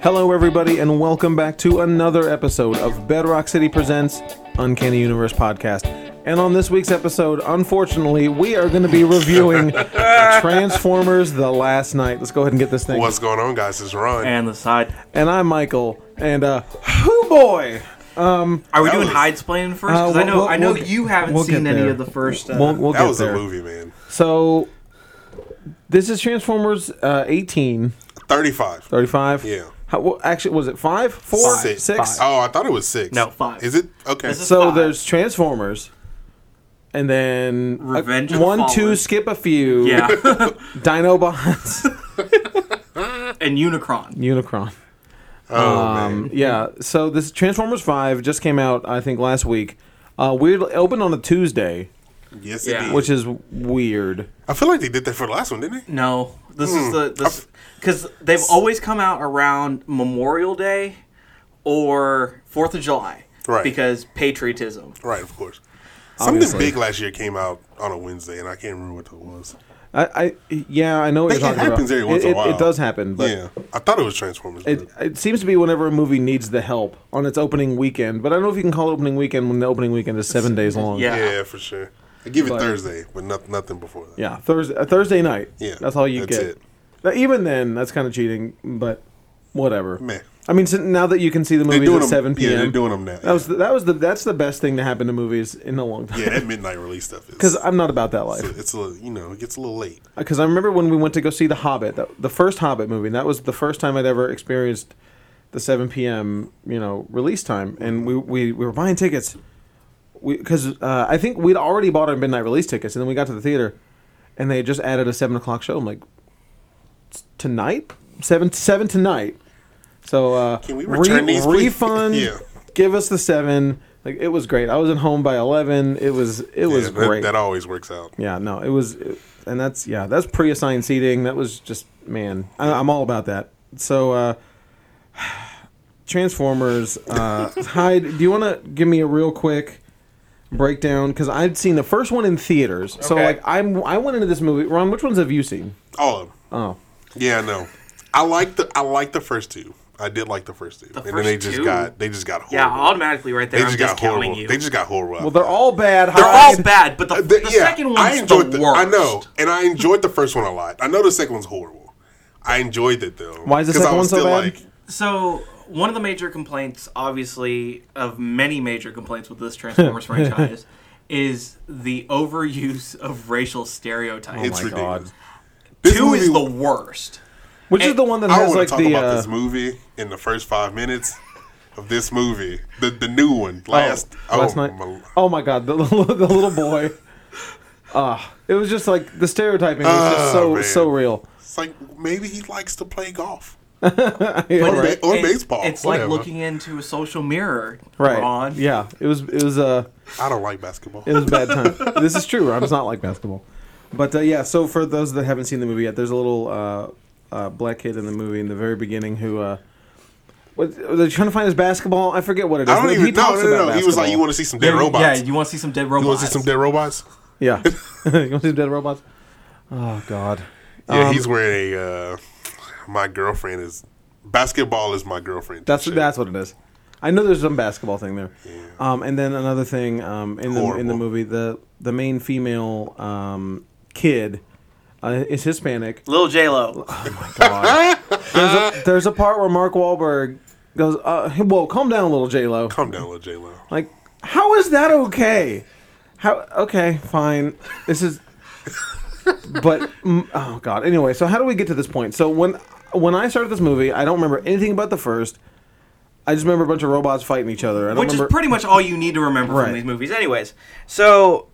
Hello, everybody, and welcome back to another episode of Bedrock City Presents Uncanny Universe Podcast. And on this week's episode, unfortunately, we are going to be reviewing Transformers The Last Night. Let's go ahead and get this thing. What's going on, guys? It's Ron. and the side. And I'm Michael, and uh, whoo boy! Are we That doing was- hide splaining first? Uh, Because I we'll- know we'll- I know we'll- you haven't we'll seen get any there. of the first. Uh, We'll, we'll that get was there. a movie, man. So, this is Transformers uh, 18, 35. 35. Yeah. How, well, actually, was it five, four, Six. six? Oh, I thought it was six. No, five. Is it? Okay. Oh, This is- So Five. there's Transformers, and then Revenge uh, of the one, two, Fallen. skip a few. yeah, Dinobots, and Unicron. Unicron. oh, Um, yeah. So this Transformers Five just came out, I think, last week. Uh, weird it opened on a Tuesday, man. Yes, yeah. it did. Um, which is weird. I feel like they did that for the last one, didn't they? No, this is the this because they've always come out around Memorial Day or Fourth of July, Right. Because patriotism. Right, of course. Obviously. Something big last year came out on a Wednesday, and I can't remember what it was. I, I yeah, I know what It- you're talking it happens about. every once it, in a it- it while. does happen, but yeah, I thought it was Transformers. but- it, it seems to be whenever a movie needs the help on its opening weekend. But I don't know if you can call it opening weekend when the opening weekend is seven days long. yeah. yeah, for sure. I give it But- Thursday, but not, nothing before that. Yeah, Thursday uh, Thursday night. Yeah, that's all you that's get. it. Now, even then, that's kind of cheating, but whatever. Meh. I mean, so now that you can see the They're movies doing at them. seven p.m. Yeah, they're doing them now. that was the, that was the that's the best thing to happen to movies in a long time. yeah, that midnight release stuff is. Because I'm not about that life. it's a little, you know, it gets a little late. Because I remember when we went to go see The Hobbit, that, the first Hobbit movie. and That was the first time I'd ever experienced the 7 p.m. you know release time, and we we, we were buying tickets. Because uh, I think we'd already bought our midnight release tickets, and then we got to the theater, and they had just added a seven o'clock show. I'm like, "S- tonight, seven seven tonight. So uh, Can we return these, please? refund? Yeah. Give us the seven. Like it was great. I was at home by eleven. It was it was Yeah, that- great. that always works out. Yeah, no, it was, it- and that's yeah, that's pre-assigned seating. That was just man, I, I'm all about that. So, uh, Transformers, uh, Hyde, do you want to give me a real quick breakdown? Because I've seen the first one in theaters, so Okay. like I'm I went into this movie. Ron, which ones have you seen? All of them. Oh, Yeah, I know. I like the I like the first two. I did like the first two, and then they first just two? got they just got horrible. Yeah, automatically right they there. I'm just got discounting horrible. you. Uh, They just got horrible. Uh, well, they're all bad. They're all Hyde. bad, but the, the, second one's the, worst. I know, and I enjoyed the first one a lot. I know the second one's horrible. I enjoyed it though. Why is the 'Cause I second was one so still bad? So one of the major complaints, obviously, of many major complaints with this Transformers franchise, is the overuse of racial stereotypes. it's Oh my God. ridiculous. Oh This Two is the movie- worst. Which is the one that I has want like to talk the about uh, this movie in the first five minutes of this movie, the the new one last oh, last night. my- oh my god, the, little- the little boy. Ah, it was just like the stereotyping was just Ah, so man. so real. it's like maybe he likes to play golf. Yeah, Or right. ba- or baseball, It's whatever. like looking into a social mirror. Right. Ron. Yeah. It was. It was. Uh. I don't like basketball. It was a bad time. this is true. Ron does not like basketball. But uh, yeah. So for those that haven't seen the movie yet, there's a little uh, uh, black kid in the movie in the very beginning who. Uh, what, they're trying to find his basketball. I forget what it is. I don't but even he know. talks No, no, about no. He was like, basketball. "You want to see some dead Yeah, robots? Yeah, you want to see some dead robots. you want to see some dead robots?" Yeah. you want to see dead robots? Oh God. Um, Yeah, he's wearing a. Uh, my girlfriend is basketball is my girlfriend. That's t-shirt. that's what it is. I know there's some basketball thing there. Um, and then another thing um, in the in the Horrible. movie, the the main female um, kid uh, is Hispanic. Little J Lo. There's a, there's a part where Mark Wahlberg goes, uh, hey, "Whoa, calm down, little J Lo." Calm down, little J Lo. Like, how is that okay? How okay, fine. This is, but mm, oh god. Anyway, so how do we get to this point? So when when I started this movie, I don't remember anything about the first. I just remember a bunch of robots fighting each other. I don't Which remember, is pretty much all you need to remember Right. from these movies, anyways. So,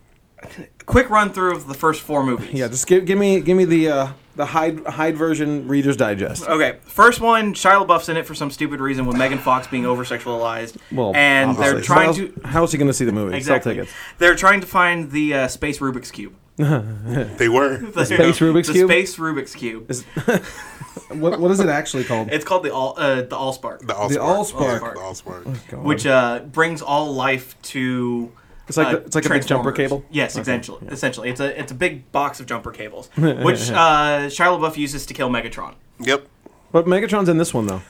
quick run through of the first four movies. Yeah, just give, give me give me the uh, the Hyde Hyde version Reader's Digest. Okay, first one, Shia LaBeouf's in it for some stupid reason with Megan Fox being over sexualized. and they're obviously. trying How to else- How is he going to see the movie? exactly. Sell tickets. They're trying to find the uh, space Rubik's cube. They were. space Rubik's the Cube? space Rubik's cube. What, what is it actually called? It's called the all uh, the Allspark, The all The Allspark. The all spark. God. which uh, brings all life to. It's like uh, the- it's like a big jumper Transformers. cable? Yes, essentially. Essentially, it's a it's a big box of jumper cables, which uh, Shia LaBeouf uses to kill Megatron. Yep. but Megatron's in this one though.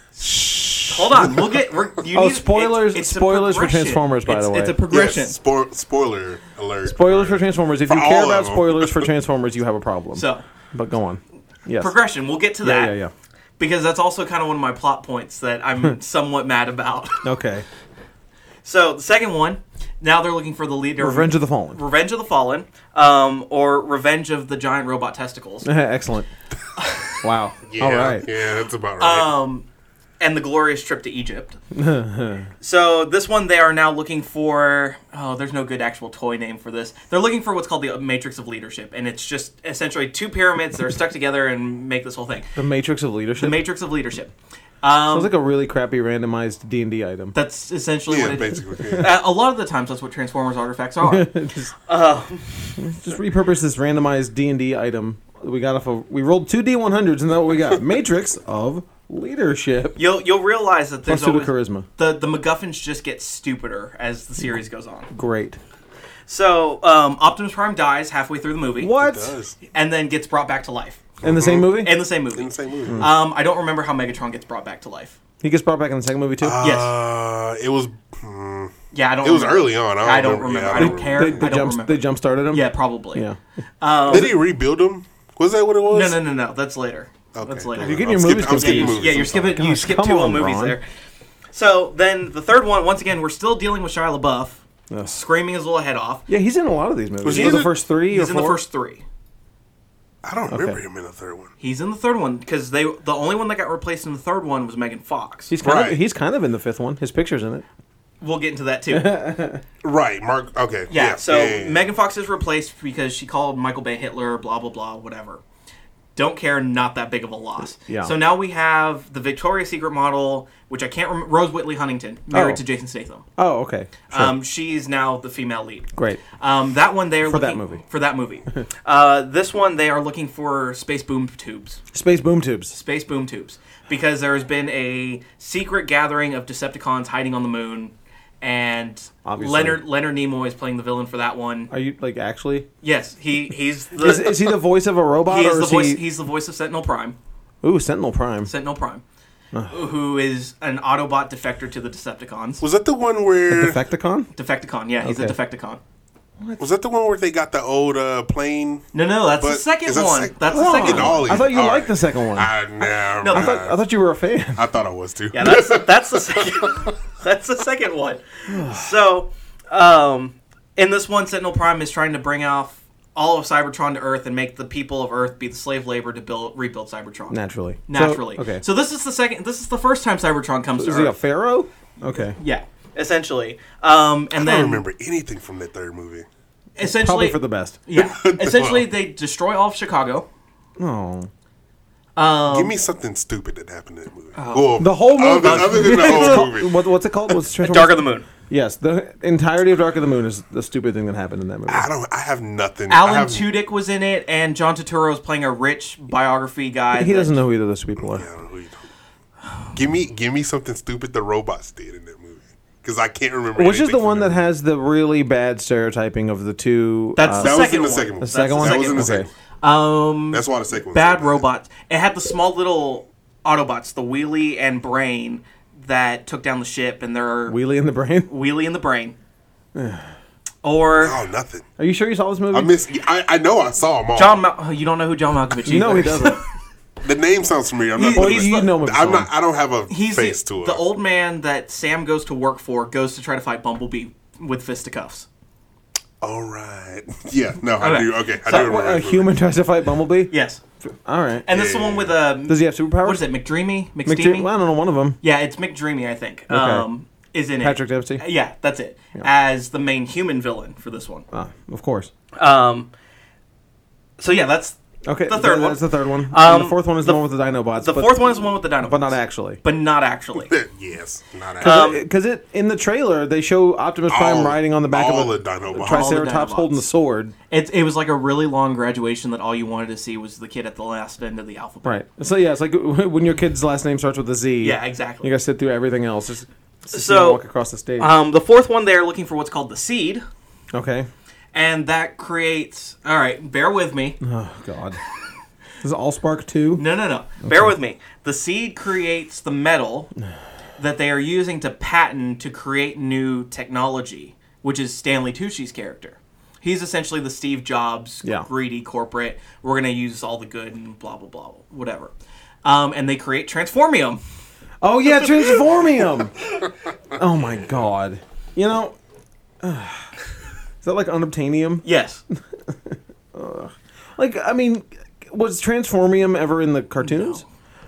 Hold on, we'll get. We're, you Oh, need- spoilers- it's- it's a spoilers for progression. Transformers, by It's- the way. It's a Yes, progression. spoil- spoiler alert. Spoilers for Transformers. If you For all care of about them. spoilers for Transformers, you have a problem. So but go on. Yes. progression. We'll get to Yeah, yeah, that. yeah. Because that's also kind of one of my plot points that I'm somewhat mad about. Okay. So the second one, now they're looking for the leader. Revenge of the Fallen. Revenge of the Fallen, um, or Revenge of the Giant Robot Testicles, Excellent. Wow. Yeah, All right. Yeah, that's about right. um, and the glorious trip to Egypt. so this one, they are now looking for. Oh, there's no good actual toy name for this. They're looking for what's called the Matrix of Leadership, and it's just essentially two pyramids that are stuck together and make this whole thing. The Matrix of Leadership. The Matrix of Leadership. Um, Sounds like a really crappy randomized D and D item. that's essentially yeah, what it is. basically. yeah. Uh, a lot of the times, that's what Transformers artifacts are. just, just repurpose this randomized D and D item that we got off of. We rolled two D one hundreds, and that's what we got. Matrix of Leadership. You'll you'll realize that Plus there's two to always, charisma. the the MacGuffins just get stupider as the series goes on. Great. So um, Optimus Prime dies halfway through the movie. What? It does. Mm-hmm. And then gets brought back to life In the same movie? in the same movie. In the same movie. Um, I don't remember how Megatron gets brought back to life. he gets brought back in the second movie too. yes. Uh, it was. hmm, Yeah, I don't. It was remember. early on. I don't remember. I don't remember. care. they, I they don't jump. remember. They jump started him. Yeah, probably. Yeah. Did he rebuild him? Was that what it was? Um, No, no, no, no. That's later. Okay. That's later. I'm You're getting your skipping- movies confused. I'm skipping Yeah, you, movies. yeah, you're I'm sorry. skipping. you Gosh, skip come two whole on, movies Ron. there. So then the third one, once again, we're still dealing with Shia LaBeouf, Ugh. screaming his little head off. Yeah, he's in a lot of these movies. Was he Or in the the- first three or He's in four? the first three. I don't remember Okay. him in the third one. He's in the third one because they the only one that got replaced in the third one was Megan Fox. He's kind of Right. he's kind of in the fifth one. His picture's in it. We'll get into that too. Right, Mark. Okay. Yeah, so yeah, yeah. Megan Fox is replaced because she called Michael Bay Hitler, blah, blah, blah, whatever. Don't care, not that big of a loss. Yeah. So now we have the Victoria's Secret model, which I can't remember, Rose Whitley Huntington, married Oh. to Jason Statham. Oh, okay. Sure. Um, she's now the female lead. Great. Um, that one they are For that looking, movie. For that movie. uh, this one they are looking for space boom tubes. Space boom tubes. Space boom tubes. Because there has been a secret gathering of Decepticons hiding on the moon, and Obviously. Leonard Leonard Nimoy is playing the villain for that one. Are you like actually? Yes, he he's the Is, is he the voice of a robot he or is is the voice. he? He's the voice of Sentinel Prime. Ooh, Sentinel Prime. Sentinel Prime, who is an Autobot defector to the Decepticons. was that the one where Defecticon. Defecticon, yeah, he's a Okay. Defecticon. was that the one where they got the old uh, plane? No, no, that's the But second is that one. sec- that's Oh, the second all- one. Ollie. I thought you All liked right. the second one. I, I know. No, I, thought, I thought you were a fan. thought I was too. Yeah, that's that's the second. that's the second one. So, um, in this one, Sentinel Prime is trying to bring off all of Cybertron to Earth and make the people of Earth be the slave labor to build rebuild Cybertron. Naturally. Naturally. So, okay. So this is the second. This is the first time Cybertron comes is to he Earth. a pharaoh? Okay. Yeah, essentially. Um, and I then don't remember anything from that third movie. essentially, Probably for the best. yeah, essentially they destroy all of Chicago. Oh. Um, Give me something stupid that happened in that movie. oh. Well, The whole movie. Other, other than the It's whole called- movie. What, what's it called? What's Transformers? Dark of the Moon. Yes, the entirety of Dark of the Moon is the stupid thing that happened in that movie. I don't. I have nothing. I Alan have, Tudyk was in it, and John Turturro is playing a rich biography guy. He that- doesn't know who either of those people are. Yeah, I don't know who you talking- Give me, give me something stupid the robots did in that movie because I can't remember. Which is anything the from one that movie. has the really bad stereotyping of the two? uh, That's That the was second in the second one. The one. That's second one? that was in the Okay. second. one. Um, That's why the second one. bad robots. It had the small little Autobots, the Wheelie and Brain, that took down the ship, and they're Wheelie in the Brain. Wheelie and the Brain. or Oh, nothing. Are you sure you saw this movie? I miss. I, I know I saw them all. John. Mal- oh, you don't know who John Malkovich is? no, he either. doesn't. The name sounds familiar. I'm not. He- Or gonna you, he's listen. you the- know him. I'm not. I don't have a He's face the, to it. the old man that Sam goes to work for goes to try to fight Bumblebee with fisticuffs. All right. Yeah. No, I Okay. do. Okay, I So, do remember. a that movie. human tries to fight Bumblebee. Yes, All right. and this is the one with um, Does he have superpowers? what is it? McDreamy, McSteamy. McDreamy? Well, I don't know. One of them. yeah, it's McDreamy, I think. Um, is in Patrick it. Dempsey. Yeah, that's it. As the main human villain for this one. Ah, of course. Um, so yeah, that's Okay. The third th- one. That's the third one. Um, and the fourth one is the, one with the Dinobots. the but- fourth one is the one with the dinosaurs, but not actually. But um, not actually. Yes. Not Because it in the trailer they show Optimus Prime riding on the back all of a the Dinobots. Triceratops Dinobots. holding the sword. It, it was like a really long graduation that all you wanted to see was the kid at the last end of the alphabet. Right. So yeah, it's like when your kid's last name starts with a Z. Yeah, exactly. You gotta sit through everything else. Just, just So, walk across the stage. Um, the fourth one, they're looking for what's called the seed, okay. and that creates. All right, bear with me. Oh God. Is it Allspark two? No, no, no. Bear with me. The seed creates the metal that they are using to patent to create new technology, which is Stanley Tucci's character. He's essentially the Steve Jobs, Yeah. greedy corporate. We're going to use all the good and blah, blah, blah, whatever. Um, and they create Transformium. Oh yeah, Transformium. oh my god. You know, is that like unobtainium? Yes. Like, I mean, was Transformium ever in the cartoons?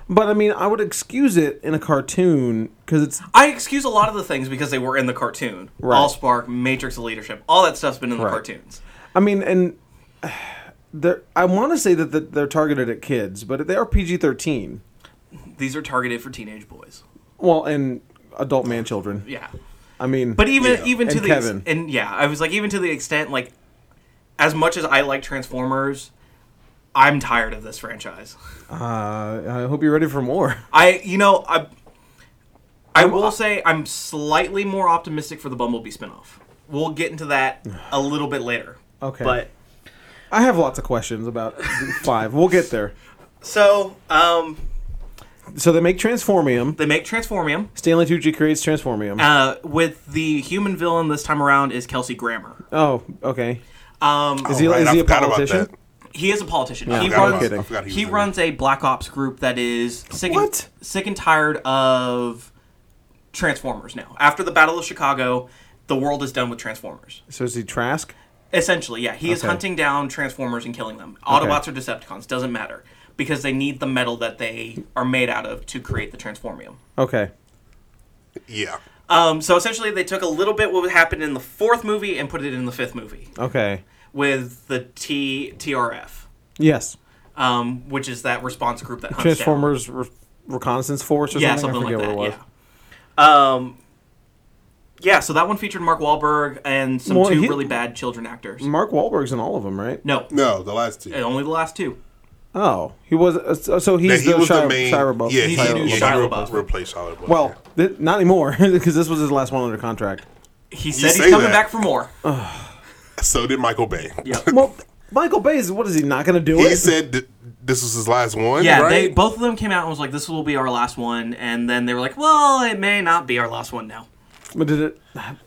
But I mean, I would excuse it in a cartoon because it's I excuse a lot of the things because they were in the cartoon. Right. Allspark, Matrix of Leadership, all that stuff's been in the Right. cartoons. I mean, and they're, I want to say that that they're targeted at kids, but they are PG thirteen. These are targeted for teenage boys. Well, and adult man children. Yeah. I mean, But even even to And the Kevin. and yeah, I was like even to the extent like as much as I like Transformers, I'm tired of this franchise. uh, I hope you're ready for more. I you know, I I will say I'm slightly more optimistic for the Bumblebee spinoff. We'll get into that a little bit later. Okay. But I have lots of questions about five. We'll get there. so um So they make Transformium. they make Transformium. Stanley Tucci creates Transformium. Uh, with the human villain this time around is Kelsey Grammer. oh, okay. Um, Is he, Oh, Right, is I he a forgot about politician? that. he is a politician. Yeah, he I'm runs. kidding. I forgot he was he in runs a black ops group that is sick and, What? sick and tired of Transformers. Now, after the Battle of Chicago, the world is done with Transformers. So is he Trask? Essentially, yeah, he is Okay. hunting down Transformers and killing them. Autobots or Decepticons doesn't matter because they need the metal that they are made out of to create the Transformium. Okay. Yeah. Um, so essentially, they took a little bit what happened in the fourth movie and put it in the fifth movie. Okay. with the T TRF, Yes. um, which is that response group that hunts Transformers Re- Reconnaissance Force or down. Oh, Yeah, something? something I like forget that. what it was. Yeah. Um, yeah. So that one featured Mark Wahlberg and some Well, two he- really bad children actors. Mark Wahlberg's in all of them, right? No, No, the last two. eh, only the last two. Oh, he was. uh, so- So he's Yeah, he the, was Shia, the main. Shia LaBeouf. Yeah, he, He's the yeah, new he Shia re- LaBeouf. replaced Shia LaBeouf. Well, th- not anymore because this was his last one under contract. He said he's say coming that. back for more. Uh, yeah. so did Michael Bay. Yep. Well, Michael Bay is what is he not going to do He it? said th- this was his last one. Yeah, right? they both of them came out and was like, "This will be our last one," and then they were like, "Well, it may not be our last one now." but did it?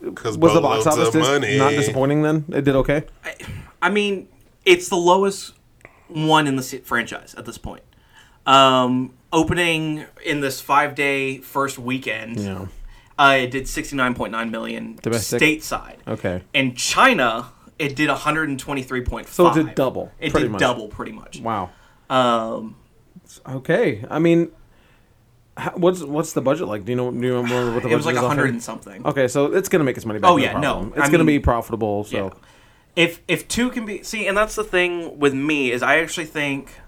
because Was the box office dis- not disappointing? Then it did okay. I mean, it's the lowest one in the si- franchise at this point. Um, opening in this five day first weekend, Yeah. uh, it did 69.9 million Domestic? stateside. Okay. In China, it did 123.5. So it did double, It pretty did much. double pretty much. Wow. Um, Okay. I mean, how, what's what's the budget like? Do you know? Do you remember what the budget it was like is offhand? 100 and something. Okay, so it's gonna make its money back. Oh, no yeah, no. problem. I it's gonna mean- be profitable. So Yeah. If if two can be see, and that's the thing with me is I actually think,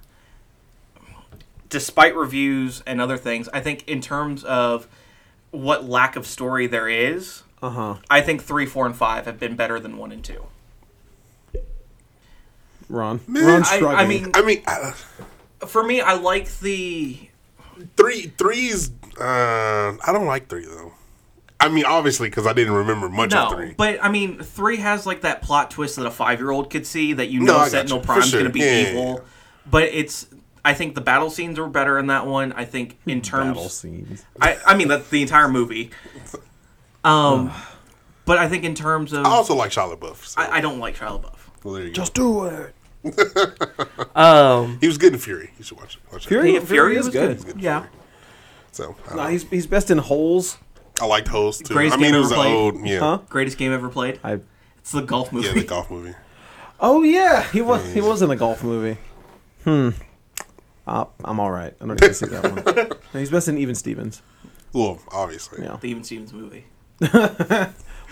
despite reviews and other things, I think in terms of what lack of story there is, uh huh, I think three, four, and five have been better than one and two. Ron. Man, Ron's I, struggling. I mean, I mean, uh, for me, I like the three threes. Uh, I don't like three though. I mean, obviously, because I didn't remember much of no, three. but I mean, three has like that plot twist that a five year old could see that you No, I know got Sentinel you. For Prime's sure. going to be Yeah, yeah, evil, yeah. but it's. I think the battle scenes were better in that one. I think Hmm, in terms battle scenes. I, I mean that's the entire movie. Um, but I think in terms of I I, also like Shia LaBeouf. So, I don't like Shia LaBeouf. well, there you Just do it. go. He was good in Fury. You should watch it. Watch Fury, Yeah, Fury Fury is was good. good. Yeah, It. So I, don't Nah, know. he's he's best in holes. I liked Host too. Greatest I mean, game it was ever played. old. Yeah, Huh? greatest game ever played. I. It's the golf movie. yeah, the golf movie. Oh yeah, he was he was in a golf movie. Hmm. Uh, I'm all right. I don't need to see that one. No, he's best in Even Stevens. Well, obviously. Yeah. The Even Stevens movie.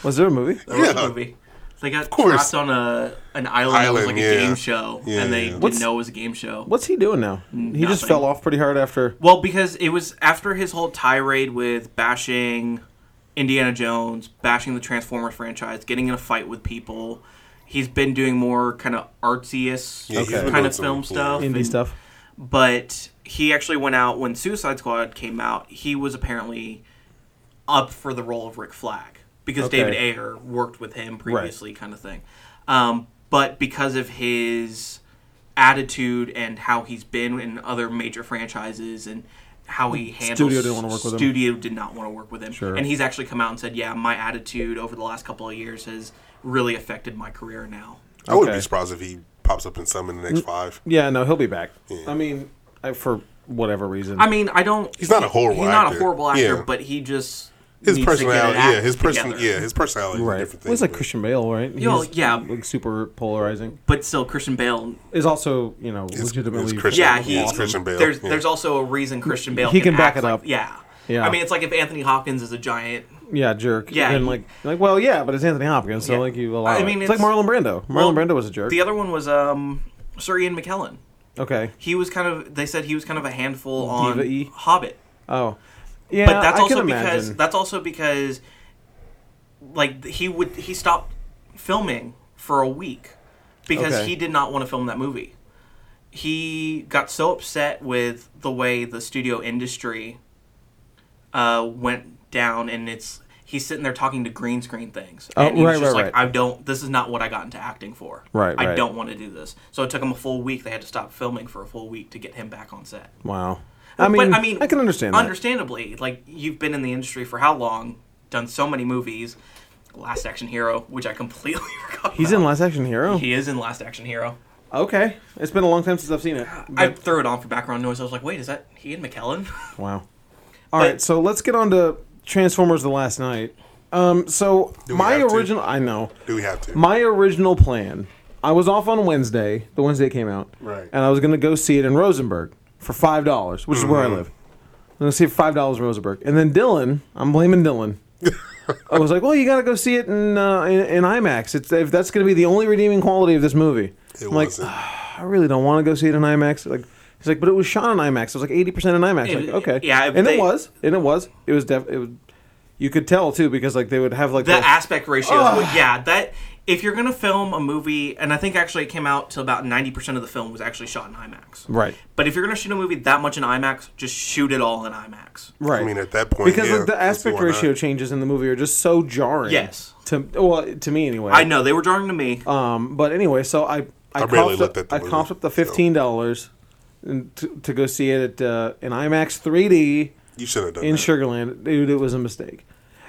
Was there a movie? There was a Yeah. movie. They got course. trapped on a an island. that was Island, like a yeah. game show, Yeah, and they yeah. didn't What's- know it was a game show. What's he doing now? He just Nothing. fell off pretty hard after. Well, because it was after his whole tirade with bashing Indiana Jones, bashing the Transformers franchise, getting in a fight with people. He's been doing more kind of artsiest Yeah, he's Okay. been kind doing of some film cool- stuff. indie and- stuff. But he actually went out when Suicide Squad came out. He was apparently up for the role of Rick Flag because Okay. David Ayer worked with him previously, kind of thing. Um, but because of his attitude and how he's been in other major franchises and how he handles Studio didn't wanna work with him. studio did not want to work with him. Sure. And he's actually come out and said, "Yeah, my attitude over the last couple of years has really affected my career now." I wouldn't Okay. be surprised if he pops up in some in the next five. Yeah, no, he'll be back. Yeah. I mean, I, for whatever reason. I mean, I don't. He's not a horrible He's not a actor. horrible actor, Yeah. but he just His needs to get it personality, act yeah, his person, together. yeah, his personality, is a right. different It thing. was like but- Christian Bale, right? He Yo, was, yeah. like, super polarizing. But still, Christian Bale. Is also you know legitimately it's Christian. Yeah, he. He's Christian Bale, There's yeah. there's also a reason Christian Bale. He can back act it like- up. yeah. Yeah. I mean, it's like if Anthony Hopkins is a giant. yeah jerk. Yeah, and he- like like well yeah, but it's Anthony Hopkins, so Yeah. like you allow. I I mean, mean, it's, like it's- Marlon Brando. Marlon well, Brando was a jerk. The other one was um, Sir Ian McKellen. okay. He was kind of. They said he was kind of a handful on Diva-y. Hobbit. Oh, yeah. but that's I also can because imagine. that's also because like he would he stopped filming for a week because Okay. he did not want to film that movie he got so upset with the way the studio industry uh, went down and it's he's sitting there talking to green screen things Oh, and he was right, just right, like right. i don't this is not what i got into acting for Right, i right. don't want to do this so it took him a full week they had to stop filming for a full week to get him back on set wow. I mean, I mean, I can understand that. Understandably, like you've been in the industry for how long? Done so many movies. Last Action Hero, which I completely forgot. He's in about. Last Action Hero. He is in Last Action Hero. okay, it's been a long time since I've seen it. I threw it on for background noise. I was like, wait, is that he and McKellen? Wow. All right, so let's get on to Transformers: The Last Night. Um, so we my have to? original, I know Do we have to? my original plan. I was off on Wednesday, the Wednesday it came out, Right. And I was gonna go see it in Rosenberg for five dollars, which is where I Mm-hmm. live. I'm gonna see it for five dollars in Rosenberg, and then Dylan, I'm blaming Dylan. I was like, well, you gotta go see it in uh, in, in IMAX. It's if that's gonna be the only redeeming quality of this movie. it I'm like, wasn't. I really don't want to go see it in IMAX. Like he's like, but it was shot in IMAX. It was like eighty percent in IMAX. It- like okay, yeah, and they- it was, and it was, it was def, it was. You could tell too because like they would have like The the- aspect ratio, is Oh. what- yeah, that. If you're gonna film a movie, and I think actually it came out to about ninety percent of the film was actually shot in IMAX. right, But if you're gonna shoot a movie that much in IMAX, just shoot it all in IMAX. right. I mean, at that point, because yeah, like, the let's see aspect why not. ratio changes in the movie are just so jarring. Yes. To well, to me anyway. I know they were drawing to me. Um, but anyway, so I I, I coughed barely up, looked at the I movie, coughed up the so. fifteen dollars. To, to go see it at uh, in IMAX 3D You should have done in that. Sugarland, dude, it was a mistake.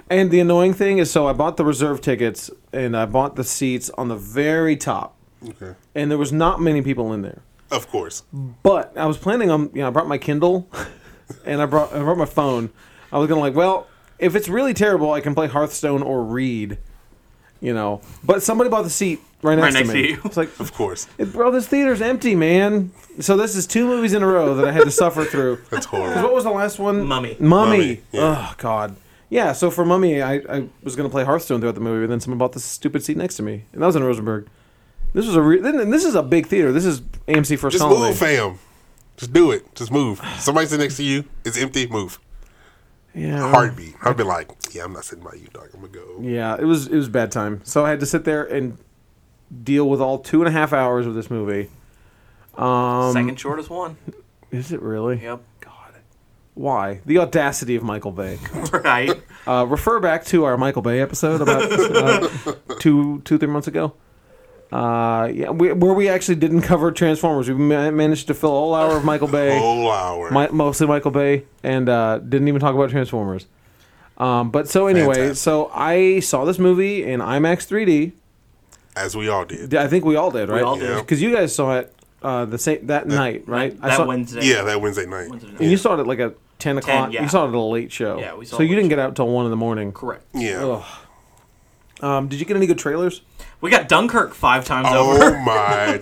And the annoying thing is, so I bought the reserve tickets and I bought the seats on the very top, Okay. and there was not many people in there. Of course. But I was planning on, you know, I brought my Kindle, and I brought I brought my phone. I was gonna like, well, if it's really terrible, I can play Hearthstone or read, you know. But somebody bought the seat right next, next to me. to you. It's like, Of course. bro, this theater's empty, man. So this is two movies in a row that I had to suffer through. Because That's horrible. what was the last one? Mummy. Mummy. Mummy, yeah. Oh God. Yeah. So for Mummy, I, I was gonna play Hearthstone throughout the movie, but then someone bought this stupid seat next to me, and that was in Rosenberg. This was a re- then- and this is a big theater. This is AMC First Just Holiday. move, fam. Just do it. Just move. Somebody sitting next to you. It's empty. Move. yeah. Heartbeat. I'd be like, yeah, I'm not sitting by you, dog. I'm gonna go. Yeah. It was it was bad time. So I had to sit there and deal with all two and a half hours of this movie. Um, Second shortest one. Is it really? Yep. God. Why the audacity of Michael Bay? Right. Uh, refer back to our Michael Bay episode about uh, two, two, three months ago. Uh, yeah, we, where we actually didn't cover Transformers. We ma- managed to fill all hour of Michael Bay, Whole hour. mi- mostly Michael Bay, and uh, didn't even talk about Transformers. Um, but so anyway, Fantastic. so I saw this movie in IMAX 3D. as we all did. D- I think we all did, right? all did. Yeah. because you guys saw it uh, the same that night, right? That I saw, Wednesday. Yeah, that Wednesday night. Wednesday night. and you saw it at like a ten o'clock. yeah. You saw it at a late show. Yeah, we saw So it you late didn't get out till one in the morning. Correct. Yeah. Ugh. Um, did you get any good trailers? We got Dunkirk five times Oh over. my.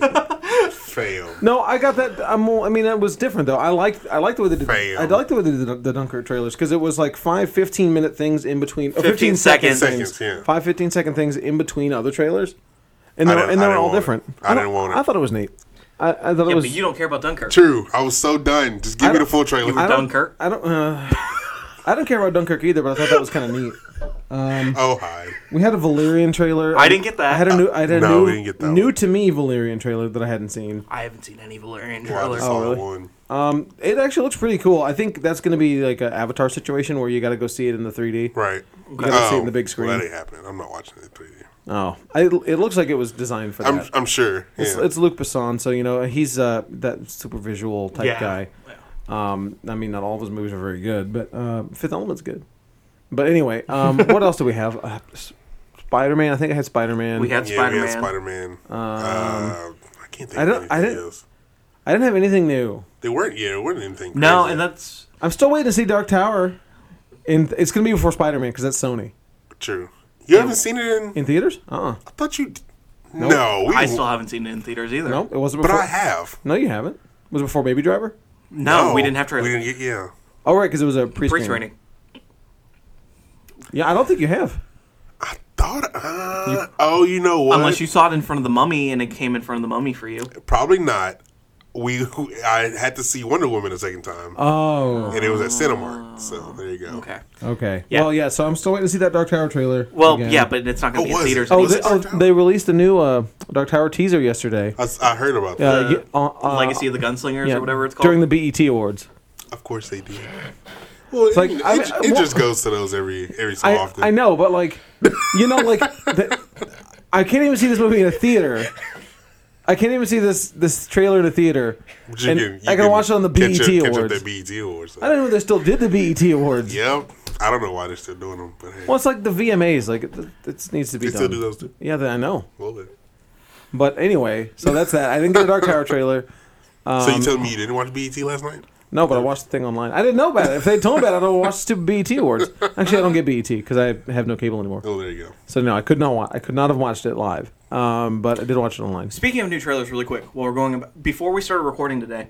fam. No, I got that. I'm, more- I mean, it was different though. I liked I liked the way they did. Fail. I liked the way they did the, the Dunkirk trailers because it was like five 15 minute things in between. oh, 15, 15 second seconds. things. Seconds, yeah. Five 15 second things in between other trailers, and they I were, didn't- and they I were didn't all want it. different. I didn't don't- want it. I thought it was neat. I, I thought Yeah, it was. but you don't care about Dunkirk. True. I was so done. Just give me the full trailer. I don't- Dunkirk. I don't. Uh, I don't care about Dunkirk either, but I thought that was kind of neat. oh hi. We had a Valyrian trailer. I didn't get that. I had a new. I had a No, new, we didn't get that new one. to me Valyrian trailer that I hadn't seen. I haven't seen any Valerian Well, I trailers. just saw Oh, really? that one. Um, it actually looks pretty cool. I think that's going to be like an Avatar situation where you got to go see it in the 3D. Right. Oh, gotta see it in the big well, screen. that ain't happening. I'm not watching it 3D. Oh, I, it looks like it was designed for that. I'm I'm sure. it's, yeah. it's Luc Besson, so you know he's uh, that super visual type yeah. guy. Yeah. Um, I mean, not all of his movies are very good, but uh, Fifth Element's good. But anyway, um, what else do we have? Uh, Spider Man. I think I had Spider Man. We had Yeah, we Spider had Man. Spider Man. Uh, I can't Um, think I don't- of anything I didn't- else. I didn't have anything new. They weren't. Yeah, it wasn't anything. no, crazy. and that's I'm still waiting to see Dark Tower. In it's gonna be before Spider Man because that's Sony true. You haven't seen it in? in theaters. Uh uh I thought you. d- No, we, I still haven't seen it in theaters either. No, it wasn't. But Before, I have. No, you haven't. Was it before Baby Driver? No, we didn't have We trailer. didn't get. Yeah, Oh right, because it was a pre Pre screening. screening. Yeah, I don't think you have. I thought. Uh, oh, you know what? Unless you saw it in front of the mummy and it came in front of the mummy for you. probably not. We. I had to see Wonder Woman a second time, Oh, and it was at Cinemark. So there you go. Okay. okay. Yeah. Well, yeah. So I'm still waiting to see that Dark Tower trailer. Well, again. yeah, but it's not going Oh, to be in was it? theaters. Oh, Oh, anyway. they, it oh, Dark Tower? they released a new uh, Dark Tower teaser yesterday. I, s- I heard about Uh, that. y- uh, uh, Legacy of the Gunslingers yeah, or whatever it's called. during the BET Awards. Of course they do. Well, it's like, it, I- it- I- it well- just goes to those every every so I, often. I know, but like, you know, like, the, I can't even see this movie in a theater. I can't even see this this trailer in a theater. But you and you I can watch it on the catch up- BET catch up Awards. that E BET Awards. I don't even know they still did the BET Awards. Yep. I don't know why they're still doing them, but hey, Well, it's like the VMAs. Like, it, it needs to be they done. still do those too. Yeah, I know. Well, then. But anyway, so that's that. I didn't get the Dark Tower trailer. so you telling me you didn't watch BET last night? No, but I watched the thing online. I didn't know about it. If they told me about it, I don't watch stupid BET awards. Actually, I don't get BET because I have no cable anymore. Oh, there you go. So no, I could not. Wa- I could not have watched it live. Um, but I did watch it online. Speaking of new trailers, really quick, while we're going about, before we started recording today,